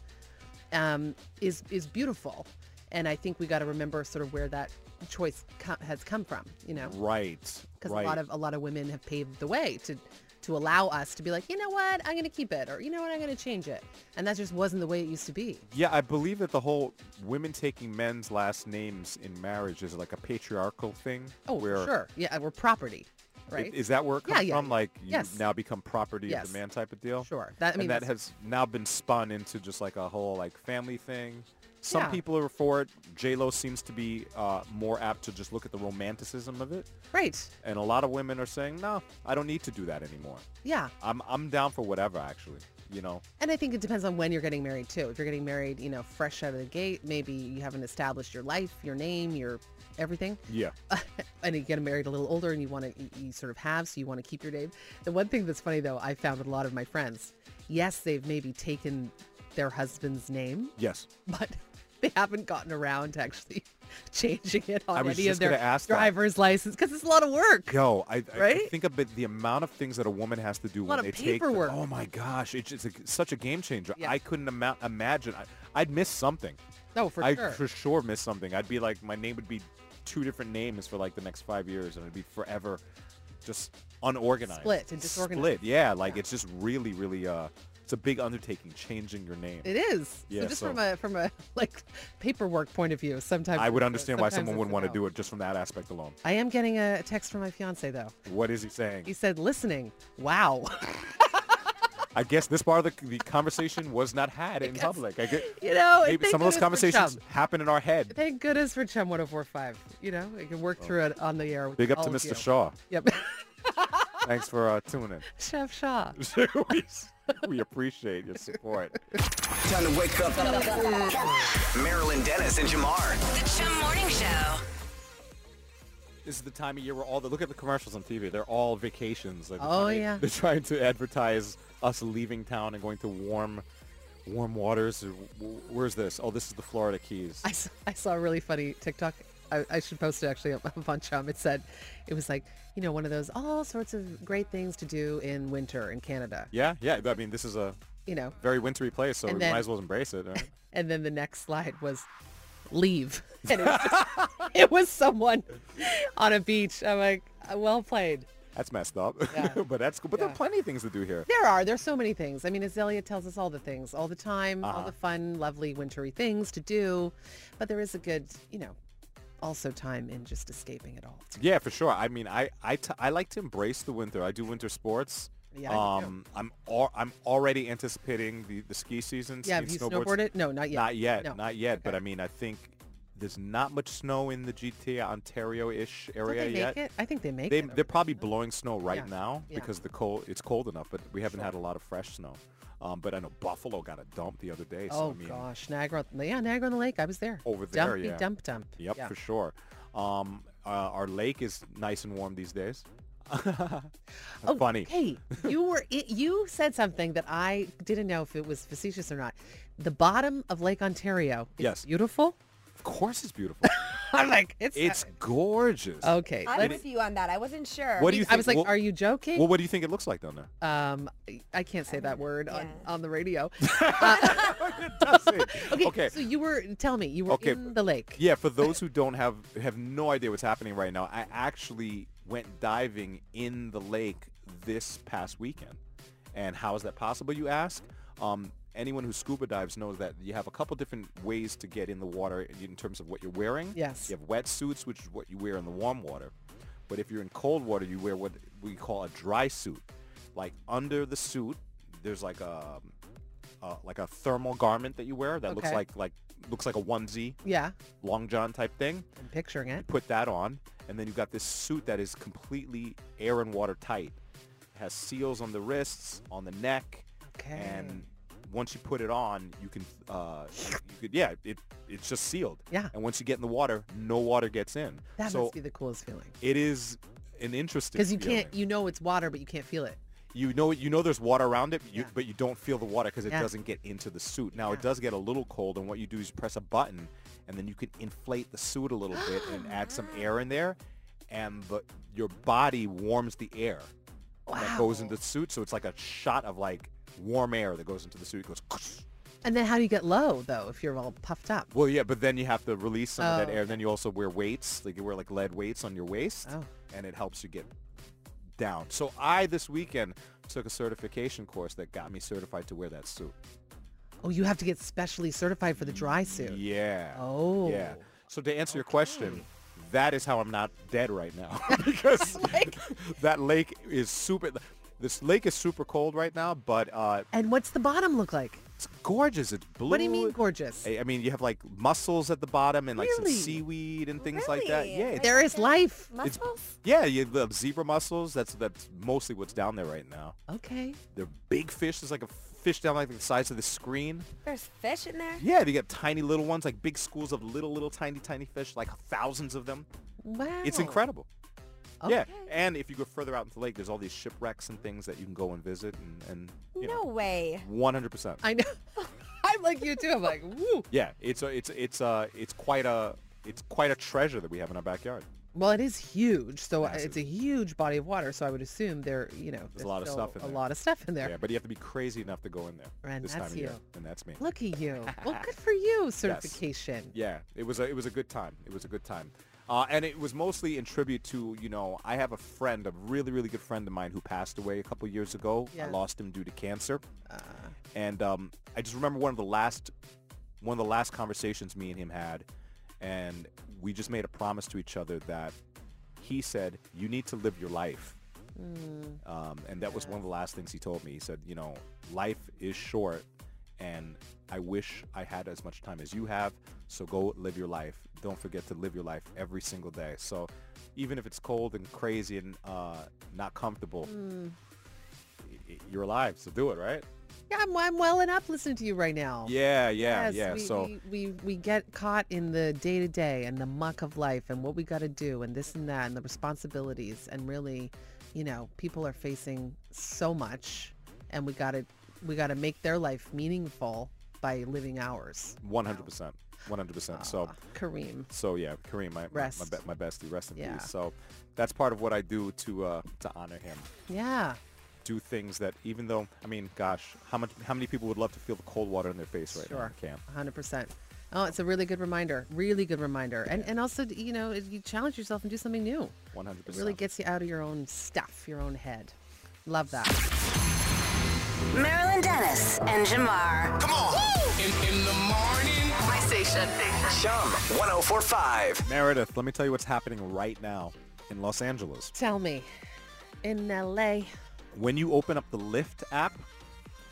um, is is beautiful. And I think we got to remember sort of where that choice co- has come from. You know
Right.
because
right.
a lot of a lot of women have paved the way to to allow us to be like, you know what, I'm going to keep it, or you know what, I'm going to change it, and that just wasn't the way it used to be.
Yeah, I believe that the whole women taking men's last names in marriage is like a patriarchal thing.
Oh,
where
sure, yeah, we're property,
i-
right?
Is that where it
Yeah,
comes
yeah,
from?
yeah.
Like you
Yes.
now become property of
Yes.
the man type of deal?
sure. That I mean,
and that
that's-
has now been spun into just like a whole like family thing, Some
Yeah.
people are for it. J Lo seems to be uh, more apt to just look at the romanticism of it,
Right.
and a lot of women are saying, "No, I don't need to do that anymore.
Yeah.
I'm I'm down for whatever, actually." You know,
And I think it depends on when you're getting married too. If you're getting married, you know, fresh out of the gate, maybe you haven't established your life, your name, your everything, [LAUGHS]
yeah.
and you get married a little older and you want to, you, you sort of have, so you want to keep your name. The one thing that's funny though, I found with a lot of my friends, yes, they've maybe taken their husband's name,
Yes.
[LAUGHS] but they haven't gotten around to actually [LAUGHS] changing it on
I was
any of
just gonna
their
ask that.
driver's license because it's a lot of work.
Yo, I, I- I
Right?
think about the amount of things that a woman has to do when
lot of
they take. the-
paperwork.
oh my gosh, it's, it's a, such a game changer.
Yeah.
I couldn't ima- imagine. I, I'd miss something.
No, for
I
sure.
for sure miss something. I'd be like, my name would be two different names for like the next five years, and it'd be forever just unorganized.
Split and disorganized.
Split, yeah. Like it's just really, really, uh, it's a big undertaking changing your name.
It is.
Yeah,
so just
so-
from a from a [LAUGHS] like paperwork point of view, sometimes
I would
it's a-
understand why
sometimes
someone wouldn't
it's a
want to
no.
do it just from that aspect alone.
I am getting a text from my fiance though.
What is he
He
saying?
said, "Listening, wow." [LAUGHS]
I guess this part of the, the conversation was not had
[LAUGHS]
in public. I get,
you know, and
maybe
thank
some of those
goodness for
conversations
Chum.
happen in our head.
Thank goodness for Chum 1045. You know, I can work through it on the air. With
Big up
all
to
of
Mr.
you.
Shaw.
Yep, [LAUGHS]
Thanks for uh, tuning
Chef Shaw.
in. [LAUGHS] we, we appreciate your support.
Time to wake up. Marilyn Dennis and Jamar.
The Chum Morning Show.
This is the time of year where all the look at the commercials on TV. They're all vacations. Like, they're
Oh,
trying-
yeah.
They're trying to advertise us leaving town and going to warm, warm waters. W- w- Where's this? Oh, this is the Florida Keys.
I, s- I saw a really funny TikTok. I, I should post it actually [LAUGHS] up, up on Chum. It said, it was like, you know, one of those all sorts of great things to do in winter in Canada.
yeah, yeah. I mean, this is a
You know,
very wintry place, so
And
we
then-
might as well embrace it.
[LAUGHS]
Right?
And then the next slide was leave. [LAUGHS] And it was, just- it was someone on a beach. I'm like, uh, well played.
That's messed up.
Yeah.
[LAUGHS] but that's cool. But there
Yeah.
are plenty of things to do here.
There are. There's so many things. I mean, Azalea tells us all the things all the time,
Uh-huh.
all the fun, lovely, wintry things to do. But there is a good, you know, also time in just escaping it all.
Yeah, for sure. I mean, I I, t- I like to embrace the winter. I do winter sports.
Yeah, I do too.
um, I'm al- I'm already anticipating the, the ski season.
Yeah, have
skiing,
you
snowboards.
snowboarded? No, not yet.
Not yet,
No.
not yet. But I mean, I think there's not much snow in the GTA Ontario-ish
Don't
area
they
yet.
make it? I think they make
They,
it.
they're probably blowing snow right
Yeah,
now
yeah.
because the cold it's cold enough, but we haven't had a lot of fresh snow. Um, but I know Buffalo got a dump the other day. So
oh,
I mean,
gosh. Niagara. Yeah, Niagara on the Lake. I was there.
Over there,
Dumpy
yeah.
dump dump.
Yep,
Yeah.
for sure. Um, uh, our lake is nice and warm these days. Funny.
Oh, Hey, you were i- you said something that I didn't know if it was facetious or not. The bottom of Lake Ontario is
Yes.
beautiful.
Of course, it's beautiful.
[LAUGHS] I'm like, it's
it's gorgeous.
okay.
I'm
like,
with you on that. I wasn't sure.
What do you? Think?
I was like,
well,
are you joking?
Well, what do you think it looks like down
[LAUGHS]
there? [LAUGHS]
um, I can't say that word on,
Yeah.
on
[LAUGHS]
the radio.
It doesn't.
Okay, So you were tell me you were
Okay,
in the lake.
Yeah, for those who don't have have no idea what's happening right now, I actually went diving in the lake this past weekend. And how is that possible, you ask? Um, anyone who scuba dives knows that you have a couple different ways to get in the water in terms of what you're wearing.
Yes.
You have wetsuits, which is what you wear in the warm water. But if you're in cold water, you wear what we call a dry suit. Like under the suit, there's like a, a like a thermal garment that you wear that looks
Okay.
like like looks like a onesie
Yeah,
long john type thing.
I'm picturing it.
Put that on, and then you've got this suit that is completely air and water tight. It has seals on the wrists, on the neck,
Okay.
and once you put it on, you can, uh, you could, yeah, it it's just sealed.
Yeah.
And once you get in the water, no water gets in.
that
so
must be the coolest feeling
it is an interesting
because you can't
feeling.
you know it's water but you can't feel it.
you know you know there's water around it, you,
Yeah.
but you don't feel the water because it
Yeah.
doesn't get into the suit. Now it does get a little cold, and what you do is you press a button, and then you can inflate the suit a little bit and add some air in there, and the, your body warms the air that goes into the suit. So it's like a shot of like warm air that goes into the suit. It goes. [LAUGHS]
And then how do you get low though if you're all puffed up?
Well, yeah, but then you have to release some of
Oh,
that air. And then you also wear weights, like you wear like lead weights on your waist,
Oh.
and it helps you get down. So I this weekend took a certification course that got me certified to wear that suit.
Oh, you have to get specially certified for the dry suit.
Yeah.
Oh.
Yeah. So to answer your question, that is how I'm not dead right
[LAUGHS]
now [LAUGHS] because that lake is super. This lake is super cold right now, but uh,
And what's the bottom look like?
It's gorgeous. It's blue.
What do you mean gorgeous?
I I mean, you have like mussels at the bottom and like
Really?
some seaweed and things like that.
Really?
Yeah, it's,
There is life.
it's-
Muscles?
yeah, you have zebra mussels. That's that's mostly what's down there right now.
Okay.
They're big fish. There's like a fish down like the size of the screen.
There's fish in there.
Yeah, they got tiny little ones, like big schools of little, little, tiny, tiny fish, like thousands of them.
Wow.
It's incredible. Yeah,
Okay.
and if you go further out into the lake, there's all these shipwrecks and things that you can go and visit, and, and you
No way.
know, 100%.
I know. [LAUGHS] I'm like you too. I'm like, woo.
Yeah, it's a, it's it's uh it's quite a it's quite a treasure that we have in our backyard.
Well, it is huge. So I it's a huge body of water. So I would assume there, you know, there's
a lot of
still
stuff in
a
there.
lot of stuff in there.
Yeah, but you have to be crazy enough to go in there
And
this
that's
time of year,
you.
and that's me.
Look at you.
[LAUGHS]
Well, good for you, certification.
Yeah, it was a it was a good time. It was a good time. Uh, and it was mostly in tribute to, you know, I have a friend, a really, really good friend of mine who passed away a couple years ago.
Yeah.
I lost him due to cancer. and um, I just remember one of the last one of the last conversations me and him had. And we just made a promise to each other that he said, you need to live your life. Um, and that was one of the last things he told me. He said, you know, life is short and I wish I had as much time as you have. So go live your life. Don't forget to live your life every single day. So even if it's cold and crazy and uh, not comfortable, y- y- you're alive. So do it, right?
Yeah, I'm, I'm welling up listening to you right now.
Yeah, yeah,
Oh, Yes,
yeah.
we,
so
we, we, we get caught in the day to day and the muck of life and what we got to do and this and that and the responsibilities and really, you know, people are facing so much and we got to we got to make their life meaningful by living ours.
100%. 100%. So
Ah, Kareem.
So yeah, Kareem, my my, my,
Rest.
be- my bestie, rest in
Yeah.
peace. So that's part of what I do to uh, to honor him.
Yeah.
Do things that even though I mean, gosh, how much how many people would love to feel the cold water in their face right now?
Sure.
in Camp.
100%. Oh, it's a really good reminder. Really good reminder. And and also, you know, you challenge yourself and do something new.
One hundred
It
percent.
really gets you out of your own stuff, your own head. Love that.
Marilyn Dennis and Jamar.
Come on.
My station.
Chum 1045.
Meredith, let me tell you what's happening right now in Los Angeles.
Tell me, in LA,
When you open up the Lyft app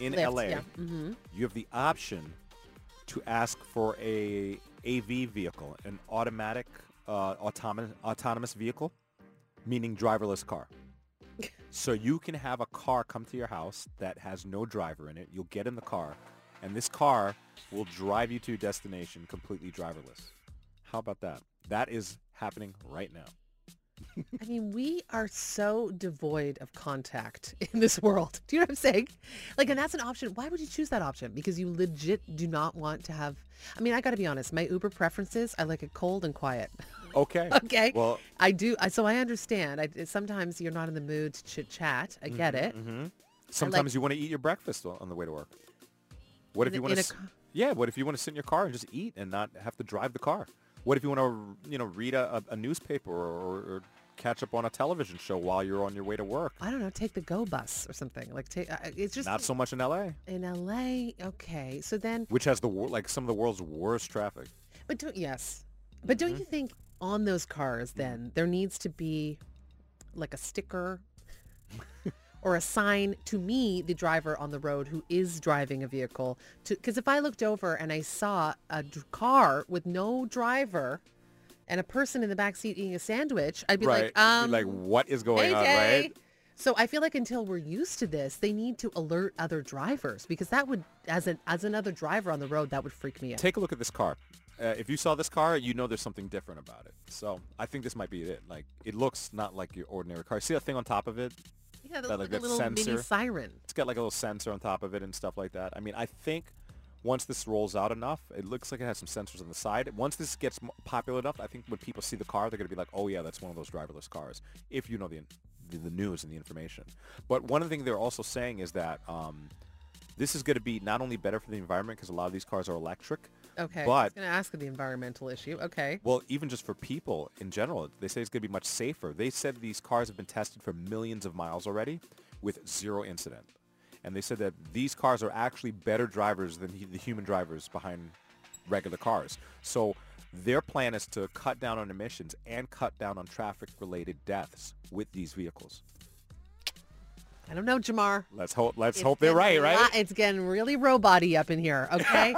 in
Lyft,
LA,
yeah, Mm-hmm.
you have the option to ask for a AV vehicle, an automatic uh, autonomous autonomous vehicle, meaning driverless
[LAUGHS]
car. so you can have a car come to your house that has no driver in it. You'll get in the car, and this car will drive you to your destination completely driverless. How about that? That is happening right now.
I mean, we are so devoid of contact [LAUGHS] in this world. Do you know what I'm saying? Like, and that's an option. Why would you choose that option? Because you legit do not want to have. I mean, I got to be honest. My Uber preferences, I like it cold and quiet. [LAUGHS]
Okay.
Okay.
Well,
I do. I, so I understand. I, sometimes you're not in the mood to chit chat. I get
Mm-hmm,
it.
Sometimes you want to eat your breakfast on on the way to work. What if
In
you
a-
want
in a
to?
ca-
Yeah. What if you want to sit in your car and just eat and not have to drive the car? What if you want to, you know, read a, a a newspaper or, or, or catch up on a television show while you're on your way to work?
I don't know. Take the go bus or something. Like, take. I- It's just
Not so much in LA,
in LA. Okay. So then.
which has the wor- like some of the world's worst traffic.
But don't yes. But don't
Mm-hmm.
you think on those cars then there needs to be like a
[LAUGHS]
sticker or a sign to me, the driver on the road who is driving a vehicle to because if I looked over and I saw a d- car with no driver and a person in the back seat eating a sandwich, I'd be
right.
like, um,
like what is going on?
AJ.
Right.
So I feel like until we're used to this, they need to alert other drivers because that would, as an as another driver on the road, that would freak me out.
Take a look at this car. Uh, if you saw this car, you know there's something different about it. So I think this might be it. Like it looks not like your ordinary car. See that thing on top of it?
Yeah, that's
like
like a
that
little mini
sensor.
siren.
It's got like a little sensor on top of it and stuff like that. I mean, I think once this rolls out enough, it looks like it has some sensors on the side. Once this gets m- popular enough, I think when people see the car, they're going to be like, "Oh yeah, that's one of those driverless cars." If you know the in- the, the news and the information. But one of the things they're also saying is that um, this is going to be not only better for the environment because a lot of these cars are electric,
Okay. I was
but
going to ask the environmental issue. Okay.
well, even just for people in general, they say it's going to be much safer. They said these cars have been tested for millions of miles already with zero incident. And they said that these cars are actually better drivers than hu- the human drivers behind regular cars. So their plan is to cut down on emissions and cut down on traffic-related deaths with these vehicles.
I don't know, Jamar.
Let's hope. Let's
It's
hope they're right,
getting
right?
li- It's getting really robot-y up in here,
[LAUGHS]
okay?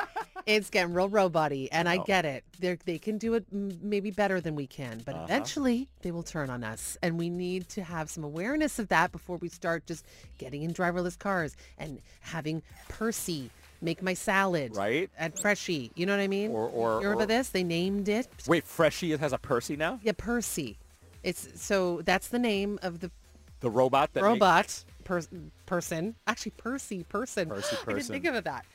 it's getting real robot-y, and I get it. They they can do it m- maybe better than we can, but
Uh-huh.
eventually they will turn on us, and we need to have some awareness of that before we start just getting in driverless cars and having Percy make my salad
Right.
at Freshie. You know what I mean?
Or- or-
you remember
or-
this? They named it
Wait, Freshie has a Percy now.
yeah Percy. It's so that's the name of the
The robot that makes-
robot per- person. Actually, Percy person.
Percy
[LAUGHS] I didn't think
person.
of it that.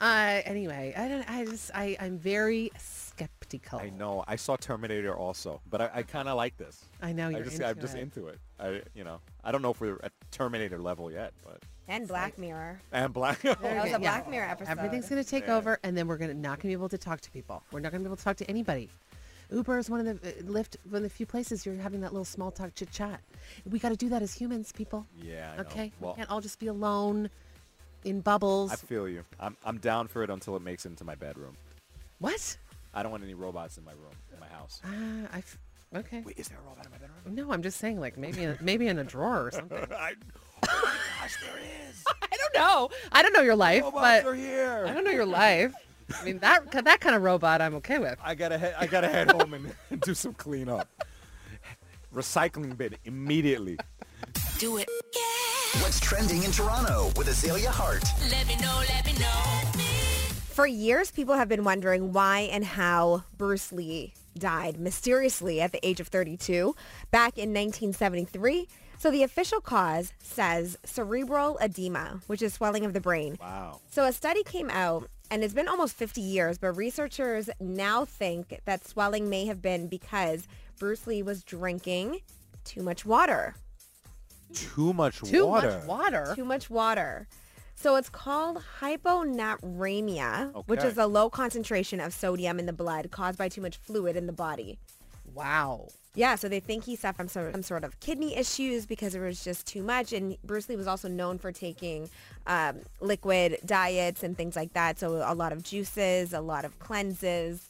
Uh, anyway, I don't. I just. I. I'm very skeptical.
I know. I saw Terminator also, but I, I kind of like this.
I know
I
you're
just,
into
I'm just
it.
into it. I, you know, I don't know if we're at Terminator level yet, but
And Black Mirror.
and Black. [LAUGHS]
That was
Yeah.
a Black Mirror episode.
Everything's going to take over, and then we're gonna not going to be able to talk to people. We're not going to be able to talk to anybody. Uber is one of the uh, Lyft, one of the few places you're having that little small talk chit chat. We got to do that as humans, people.
yeah. I know.
Okay.
Well,
we can't all just be alone in bubbles.
I feel you. I'm, I'm down for it until it makes it into my bedroom.
what?
I don't want any robots in my room, in my house.
Uh, I. F- okay.
Wait, is there a robot in my bedroom?
No, I'm just saying, like maybe, in, maybe in a drawer or something.
[LAUGHS] I, oh my gosh, there is.
I don't know. I don't know your life,
Robots
but
are here.
I don't know your life. I mean that that kind of robot I'm okay with.
I gotta head. I gotta head home and [LAUGHS] do some cleanup. Recycling bin immediately.
Do it.
What's trending in Toronto with Azalea Hart?
Let me know, let me know.
For years, people have been wondering why and how Bruce Lee died mysteriously at the age of 32 back in 1973. So the official cause says cerebral edema, which is swelling of the brain.
Wow.
So a study came out, and it's been almost 50 years, but researchers now think that swelling may have been because Bruce Lee was drinking too much water.
Too much
Too
water.
much water.
Too much water. So it's called hyponatremia, which
Okay.
is a low concentration of sodium in the blood caused by too much fluid in the body.
Wow.
Yeah, so they think he suffered from some, some sort of kidney issues because it was just too much. And Bruce Lee was also known for taking um, liquid diets and things like that. So a lot of juices, a lot of cleanses.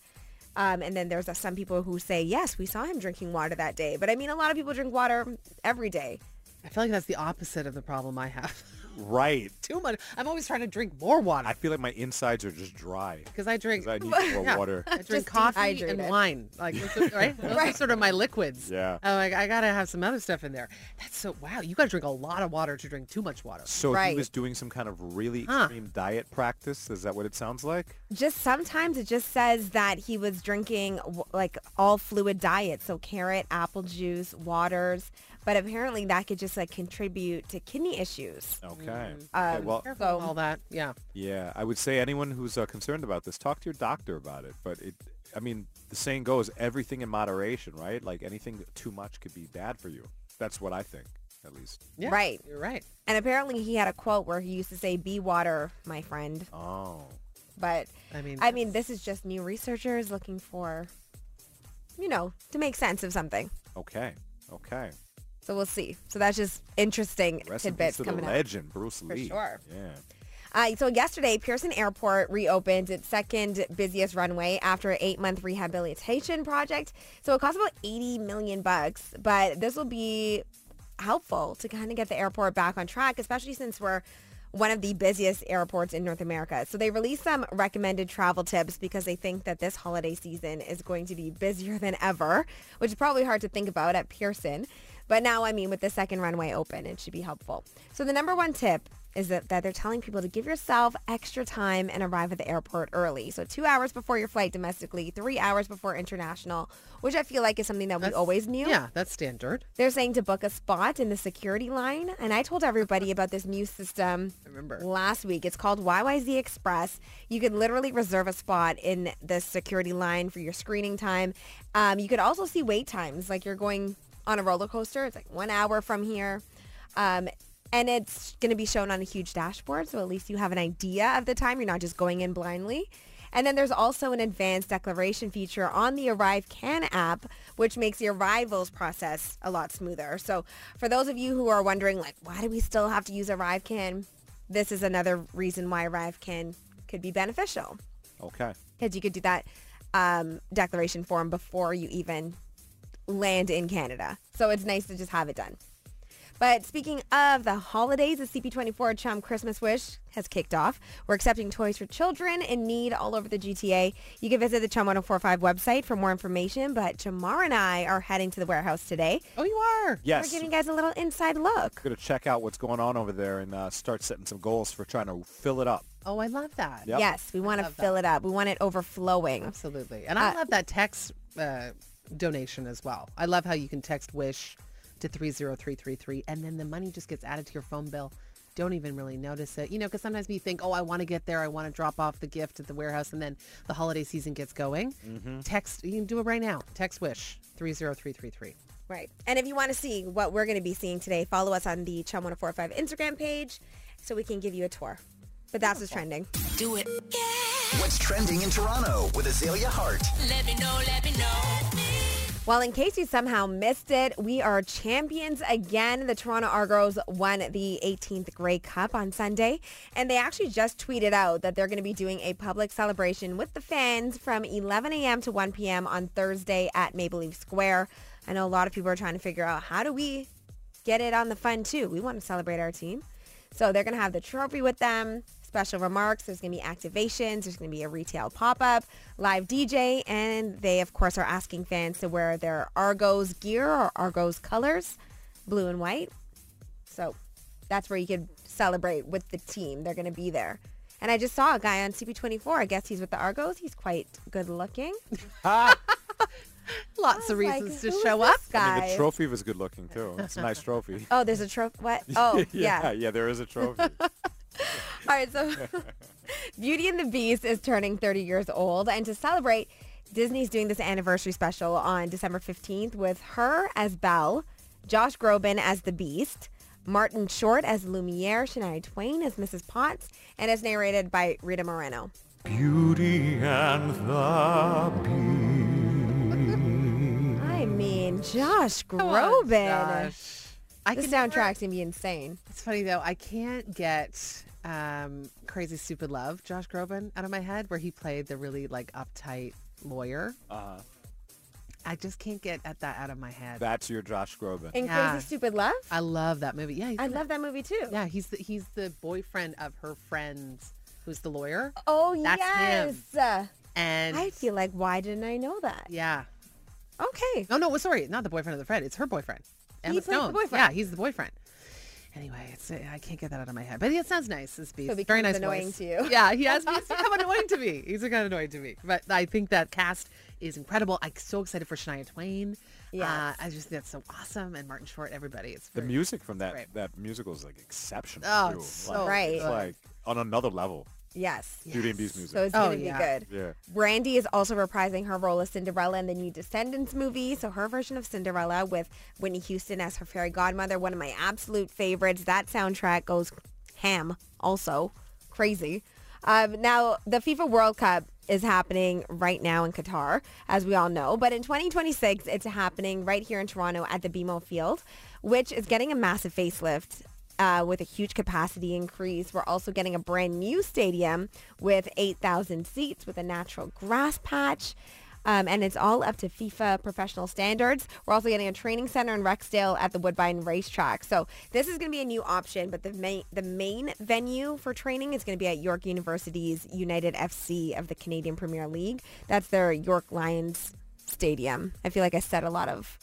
Um, and then there's some people who say, yes, we saw him drinking water that day. But I mean, a lot of people drink water every day.
I feel like that's the opposite of the problem I have. [LAUGHS]
Right.
Too much. I'm always trying to drink more
I
water
feel like my insides are just dry.
because I drink.
'Cause
[LAUGHS]
I need more
yeah,
water. [LAUGHS]
I drink
Just
coffee and
dehydrated.
wine. Like those are, right? Those are sort of my liquids.
Yeah.
I'm like I gotta have some other stuff in there. That's so wow. You gotta drink a lot of water to drink too much water.
So he
Right.
was doing some kind of really
Huh.
extreme diet practice. Is that what it sounds like?
just sometimes it just says that he was drinking w- like all fluid diets, so carrot, apple juice, waters, but apparently that could just like contribute to kidney issues.
Okay. okay
Um,
well,
Careful with all that. Yeah.
yeah. I would say anyone who's uh, concerned about this, talk to your doctor about it. But it, I mean, the saying goes, everything in moderation, right? Like anything too much could be bad for you. That's what I think, at least.
Yeah.
Right.
You're right.
And apparently he had a quote where he used to say, "Be water, my friend."
Oh.
But
I mean.
I mean, this is just new researchers looking for, you know, to make sense of something.
Okay. Okay.
So we'll see. So that's just interesting
Rest in
tidbits
peace to the
coming up.
legend, Bruce Lee.
sure.
Yeah.
Uh, so yesterday, Pearson Airport reopened its second busiest runway after an eight-month rehabilitation project. So it cost about 80 million bucks, but this will be helpful to kind of get the airport back on track, especially since we're one of the busiest airports in North America. So they released some recommended travel tips because they think that this holiday season is going to be busier than ever, which is probably hard to think about at Pearson. But now, I mean, with the second runway open, it should be helpful. So the number one tip is that, that they're telling people to give yourself extra time and arrive at the airport early. So two hours before your flight domestically, three hours before international, which I feel like is something that we always knew.
Yeah, that's standard.
They're saying to book a spot in the security line. And I told everybody about this new system
remember.
last week. It's called YYZ Express. You can literally reserve a spot in the security line for your screening time. Um, you could also see wait times. Like you're going on a roller coaster. It's like one hour from here. Um, and it's going to be shown on a huge dashboard. So at least you have an idea of the time. You're not just going in blindly. And then there's also an advanced declaration feature on the Arrive Can app, which makes the arrivals process a lot smoother. So for those of you who are wondering, like, why do we still have to use Arrive Can? This is another reason why Arrive Can could be beneficial
Okay.
because you could do that um, declaration form before you even land in Canada. So it's nice to just have it done. But speaking of the holidays, the CP24 Chum Christmas Wish has kicked off. We're accepting toys for children in need all over the GTA. You can visit the Chum 1045 website for more information, but Jamar and I are heading to the warehouse today.
Oh, you are.
We're
Yes.
giving you guys a little inside look.
Going to check out what's going on over there and uh, start setting some goals for trying to fill it up.
Oh, I love that.
Yep.
Yes, we want to
love
fill it up. We want it overflowing.
Absolutely. And I love that text uh, donation as well. I love how you can text wish to 30333 and then the money just gets added to your phone bill. Don't even really notice it. You know, because sometimes you think, oh, I want to get there. I want to drop off the gift at the warehouse. And then the holiday season gets going.
Mm-hmm.
Text, you can do it right now. Text wish 30333.
Right. And if you want to see what we're going to be seeing today, follow us on the Chum 1045 Instagram page so we can give you a tour. But that's what's trending.
do it.
What's trending in Toronto with Azalea Hart?
Let me know, let me know.
Well, in case you somehow missed it, we are champions again. The Toronto Argos won the 18th Grey Cup on Sunday, and they actually just tweeted out that they're going to be doing a public celebration with the fans from 11 a.m. to 1 p.m. on Thursday at Maple Leaf Square. I know a lot of people are trying to figure out how do we get it on the fun too. We want to celebrate our team. So they're going to have the trophy with them, special remarks. There's going to be activations. There's going to be a retail pop-up, live DJ. And they, of course, are asking fans to wear their Argos gear or Argos colors, blue and white. So that's where you can celebrate with the team. They're going to be there. And I just saw a guy on CP24. I guess he's with the Argos. He's quite good looking.
Lots of
was like,
reasons
who
to
is
show
this
up.
Guy.
I mean, the trophy was good looking too. It's a nice
[LAUGHS]
trophy.
oh, there's a trophy.
[LAUGHS]
What? Oh,
yeah, there is a trophy.
All right, so [LAUGHS] Beauty and the Beast is turning 30 years old, and to celebrate, Disney's doing this anniversary special on December 15th with her as Belle, Josh Groban as the Beast, Martin Short as Lumiere, Shania Twain as Mrs. Potts, and as narrated by Rita Moreno.
Beauty and the
[LAUGHS] I mean, Josh
on,
Groban.
Josh. Oh, I
The
can never-
soundtrack's gonna be insane.
It's funny though, I can't get um, Crazy Stupid Love, Josh Groban, out of my head, where he played the really like uptight lawyer. Uh-huh. I just can't get at that out of my head.
That's your Josh Groban.
And
Yeah.
Crazy Stupid Love?
I love that movie. Yeah, he's
I
in
love that movie too.
it. Yeah, he's the, he's the boyfriend of her friend, who's the lawyer,
Oh,
That's
yes.
him. and
I feel like, why didn't I know that?
yeah.
Okay.
No, no, sorry, not the boyfriend of the friend. It's her boyfriend, Emma
plays the
Stone.
boyfriend.
Yeah, he's the boyfriend. Anyway, it's I can't get that out of my head, but it sounds nice. This beast,
So it
very
becomes
nice.
annoying
voice.
to you.
Yeah, he has he's
[LAUGHS]
become annoying to me. He's become annoying to me. But I think that cast is incredible. I'm so excited for Shania Twain.
Yes.
Uh, I just think that's so awesome, and Martin Short. Everybody, it's
The
very-
music from that
Right.
that musical is like exceptional.
Oh,
too.
it's
Like,
so
Right.
It's
good.
like on another level.
Yes.
Beauty and Beast music.
So it's
Oh,
going to
yeah.
be good.
yeah.
Brandy is also reprising her role as Cinderella in the new Descendants movie. So her version of Cinderella with Whitney Houston as her fairy godmother, one of my absolute favorites. That soundtrack goes ham also. Crazy. Um, now, the FIFA World Cup is happening right now in Qatar, as we all know. But in 2026, it's happening right here in Toronto at the BMO Field, which is getting a massive facelift uh, with a huge capacity increase. We're also getting a brand new stadium with 8,000 seats with a natural grass patch. Um, and it's all up to FIFA professional standards. We're also getting a training center in Rexdale at the Woodbine Racetrack. So this is going to be a new option, but the main the main venue for training is going to be at York University's United FC of the Canadian Premier League. That's their York Lions stadium. I feel like I said a lot of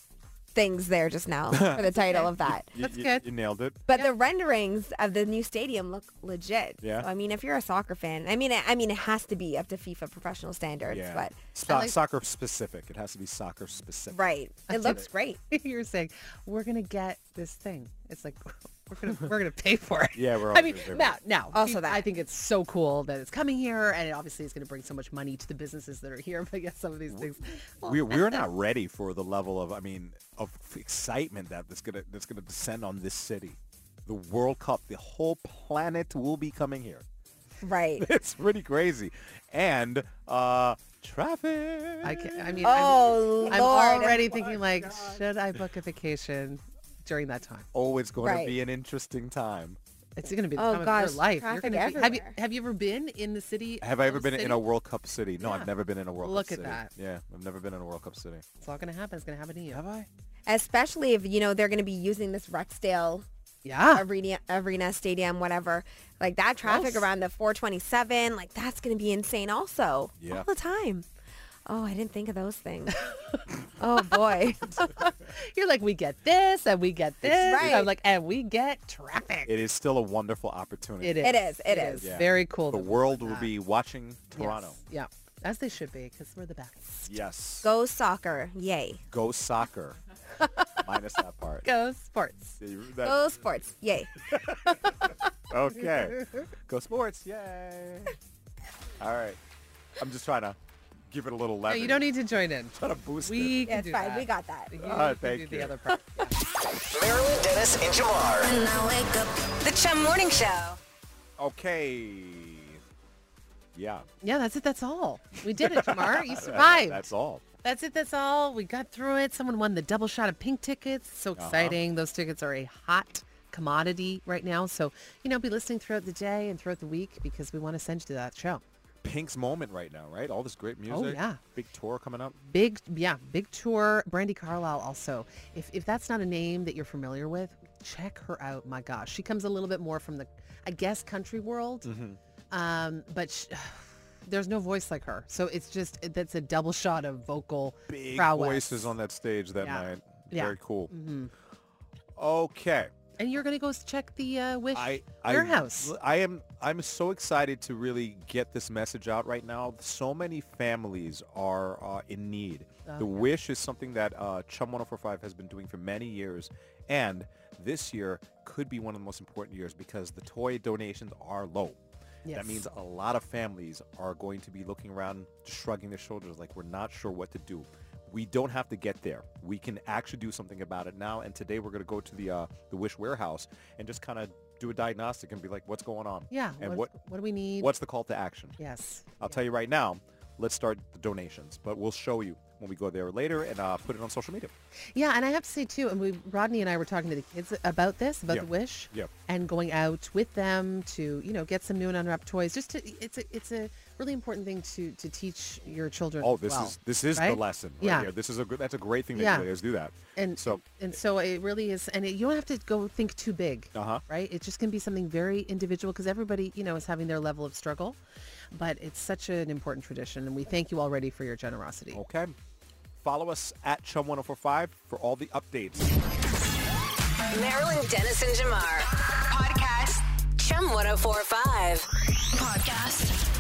things there just now for the title of that.
You-
That's
you-
good.
You nailed it.
But the renderings of the new stadium look legit.
Yeah.
So, I mean, if you're a soccer fan, I mean, I I mean, it has to be up to FIFA professional standards.
Yeah.
But
So-
like-
soccer specific. It has to be soccer specific.
right, it looks great.
[LAUGHS] you're saying we're gonna get this thing. It's like [LAUGHS] we're
[LAUGHS]
gonna we're gonna pay for it.
Yeah, we're all
[LAUGHS] I mean,
gonna pay for
now now
Also
fe-
that.
I think it's so cool that it's coming here, and it obviously is gonna bring so much money to the businesses that are here. [LAUGHS] But yes, some of these things.
We're, we're not ready for the level of I mean of excitement that that's gonna that's gonna descend on this city. The World Cup, the whole planet will be coming here.
[LAUGHS]
[LAUGHS]
Right.
It's pretty crazy. And uh traffic.
I uh, can I mean,
Oh,
I'm, I'm
Lord.
already thinking like, should I book a vacation during that time?
Oh, it's going
Right.
to be an interesting time.
It's going to be the
Oh,
time of
gosh,
your life.
traffic
You're gonna be, have you
everywhere.
have you ever been in the city?
Have I ever
of
been in
city?
a World Cup city? No,
Yeah.
I've never been in a World
Look
Cup
at
city.
that.
Yeah, I've never been in a World Cup city.
It's all going to happen. It's going to happen to you.
Have I?
especially if you know they're going to be using this Rexdale
Yeah.
arena, arena stadium, whatever. Like that traffic around the 427, like that's going to be insane also
Yeah.
all the time. Oh, I didn't think of those
[LAUGHS]
things. oh boy.
You're like, we get this and we get this.
Right.
I'm like, and we get traffic.
It is still a wonderful opportunity.
It is.
It is, it is.
Yeah.
Very cool.
The
that we're
world
doing
will
that.
be watching
Yes.
Toronto.
Yeah. As they should be, because we're the best.
Yes.
Go soccer. Yay.
Go
[LAUGHS]
soccer. Minus that part.
Go sports.
That-
Go sports. Yay.
okay. Go sports. Yay.
[LAUGHS]
All right. I'm just trying to give it a little
No,
levity.
you don't need to join in.
trying to boost
We
it.
can
That's
do
fine.
that.
We got that.
You
Ah,
can
thank
do the
you.
other part.
Marilyn Dennis and Jamar.
Now wake up. The Chum Morning Show.
Okay. Yeah.
Yeah, that's it. That's all. We did it,
[LAUGHS]
Jamar. You survived.
That's all.
That's it. That's all. We got through it. Someone won the double shot of pink tickets. So
Uh-huh.
exciting. Those tickets are a hot commodity right now. So, you know, be listening throughout the day and throughout the week because we want to send you to that show.
Pink's moment right now, right? All this great music.
Oh, yeah.
Big tour coming up.
Big, yeah, big tour. Brandy Carlisle also. If, if that's not a name that you're familiar with, check her out. My gosh. She comes a little bit more from the, I guess, country world.
Mm-hmm.
Um, but sh [SIGHS] there's no voice like her. So it's just, that's a double shot of vocal
Big
prowess.
voices on that stage that
Yeah.
night.
Yeah. Mm-hmm.
Very cool. Okay.
And you're going to go check the uh, Wish
I, I
warehouse.
I am I'm so excited to really get this message out right now. So many families are uh, in need. The wish is something that uh, Chum 1045 has been doing for many years, and this year could be one of the most important years because the toy donations are low.
Yes.
That means a lot of families are going to be looking around, just shrugging their shoulders, like we're not sure what to do. We don't have to get there. We can actually do something about it now. And today we're going to go to the uh, the Wish warehouse and just kind of do a diagnostic and be like, what's going on?
Yeah.
And
what,
what
what do we need?
what's the call to action?
Yes.
I'll tell you right now. Let's start the donations, but we'll show you when we go there later and uh, put it on social media.
Yeah, and I have to say too, and we Rodney and I were talking to the kids about this, about
Yeah.
the wish,
Yeah.
and going out with them to you know get some new and unwrapped toys. Just to, it's a it's a really important thing to to teach your children.
Oh,
as
this
well,
is this is
right?
the lesson right
Yeah.
here. This is a good, that's a great thing that
Yeah.
you guys do that.
And
so
and so it really is, and it, you don't have to go think too big,
Uh-huh.
right? It just can be something very individual because everybody you know is having their level of struggle, but it's such an important tradition, and we thank you already for your generosity.
Okay. Follow us at Chum1045 for all the updates.
Marilyn oh Dennis and Jamar. Podcast. Chum 1045.
Podcast.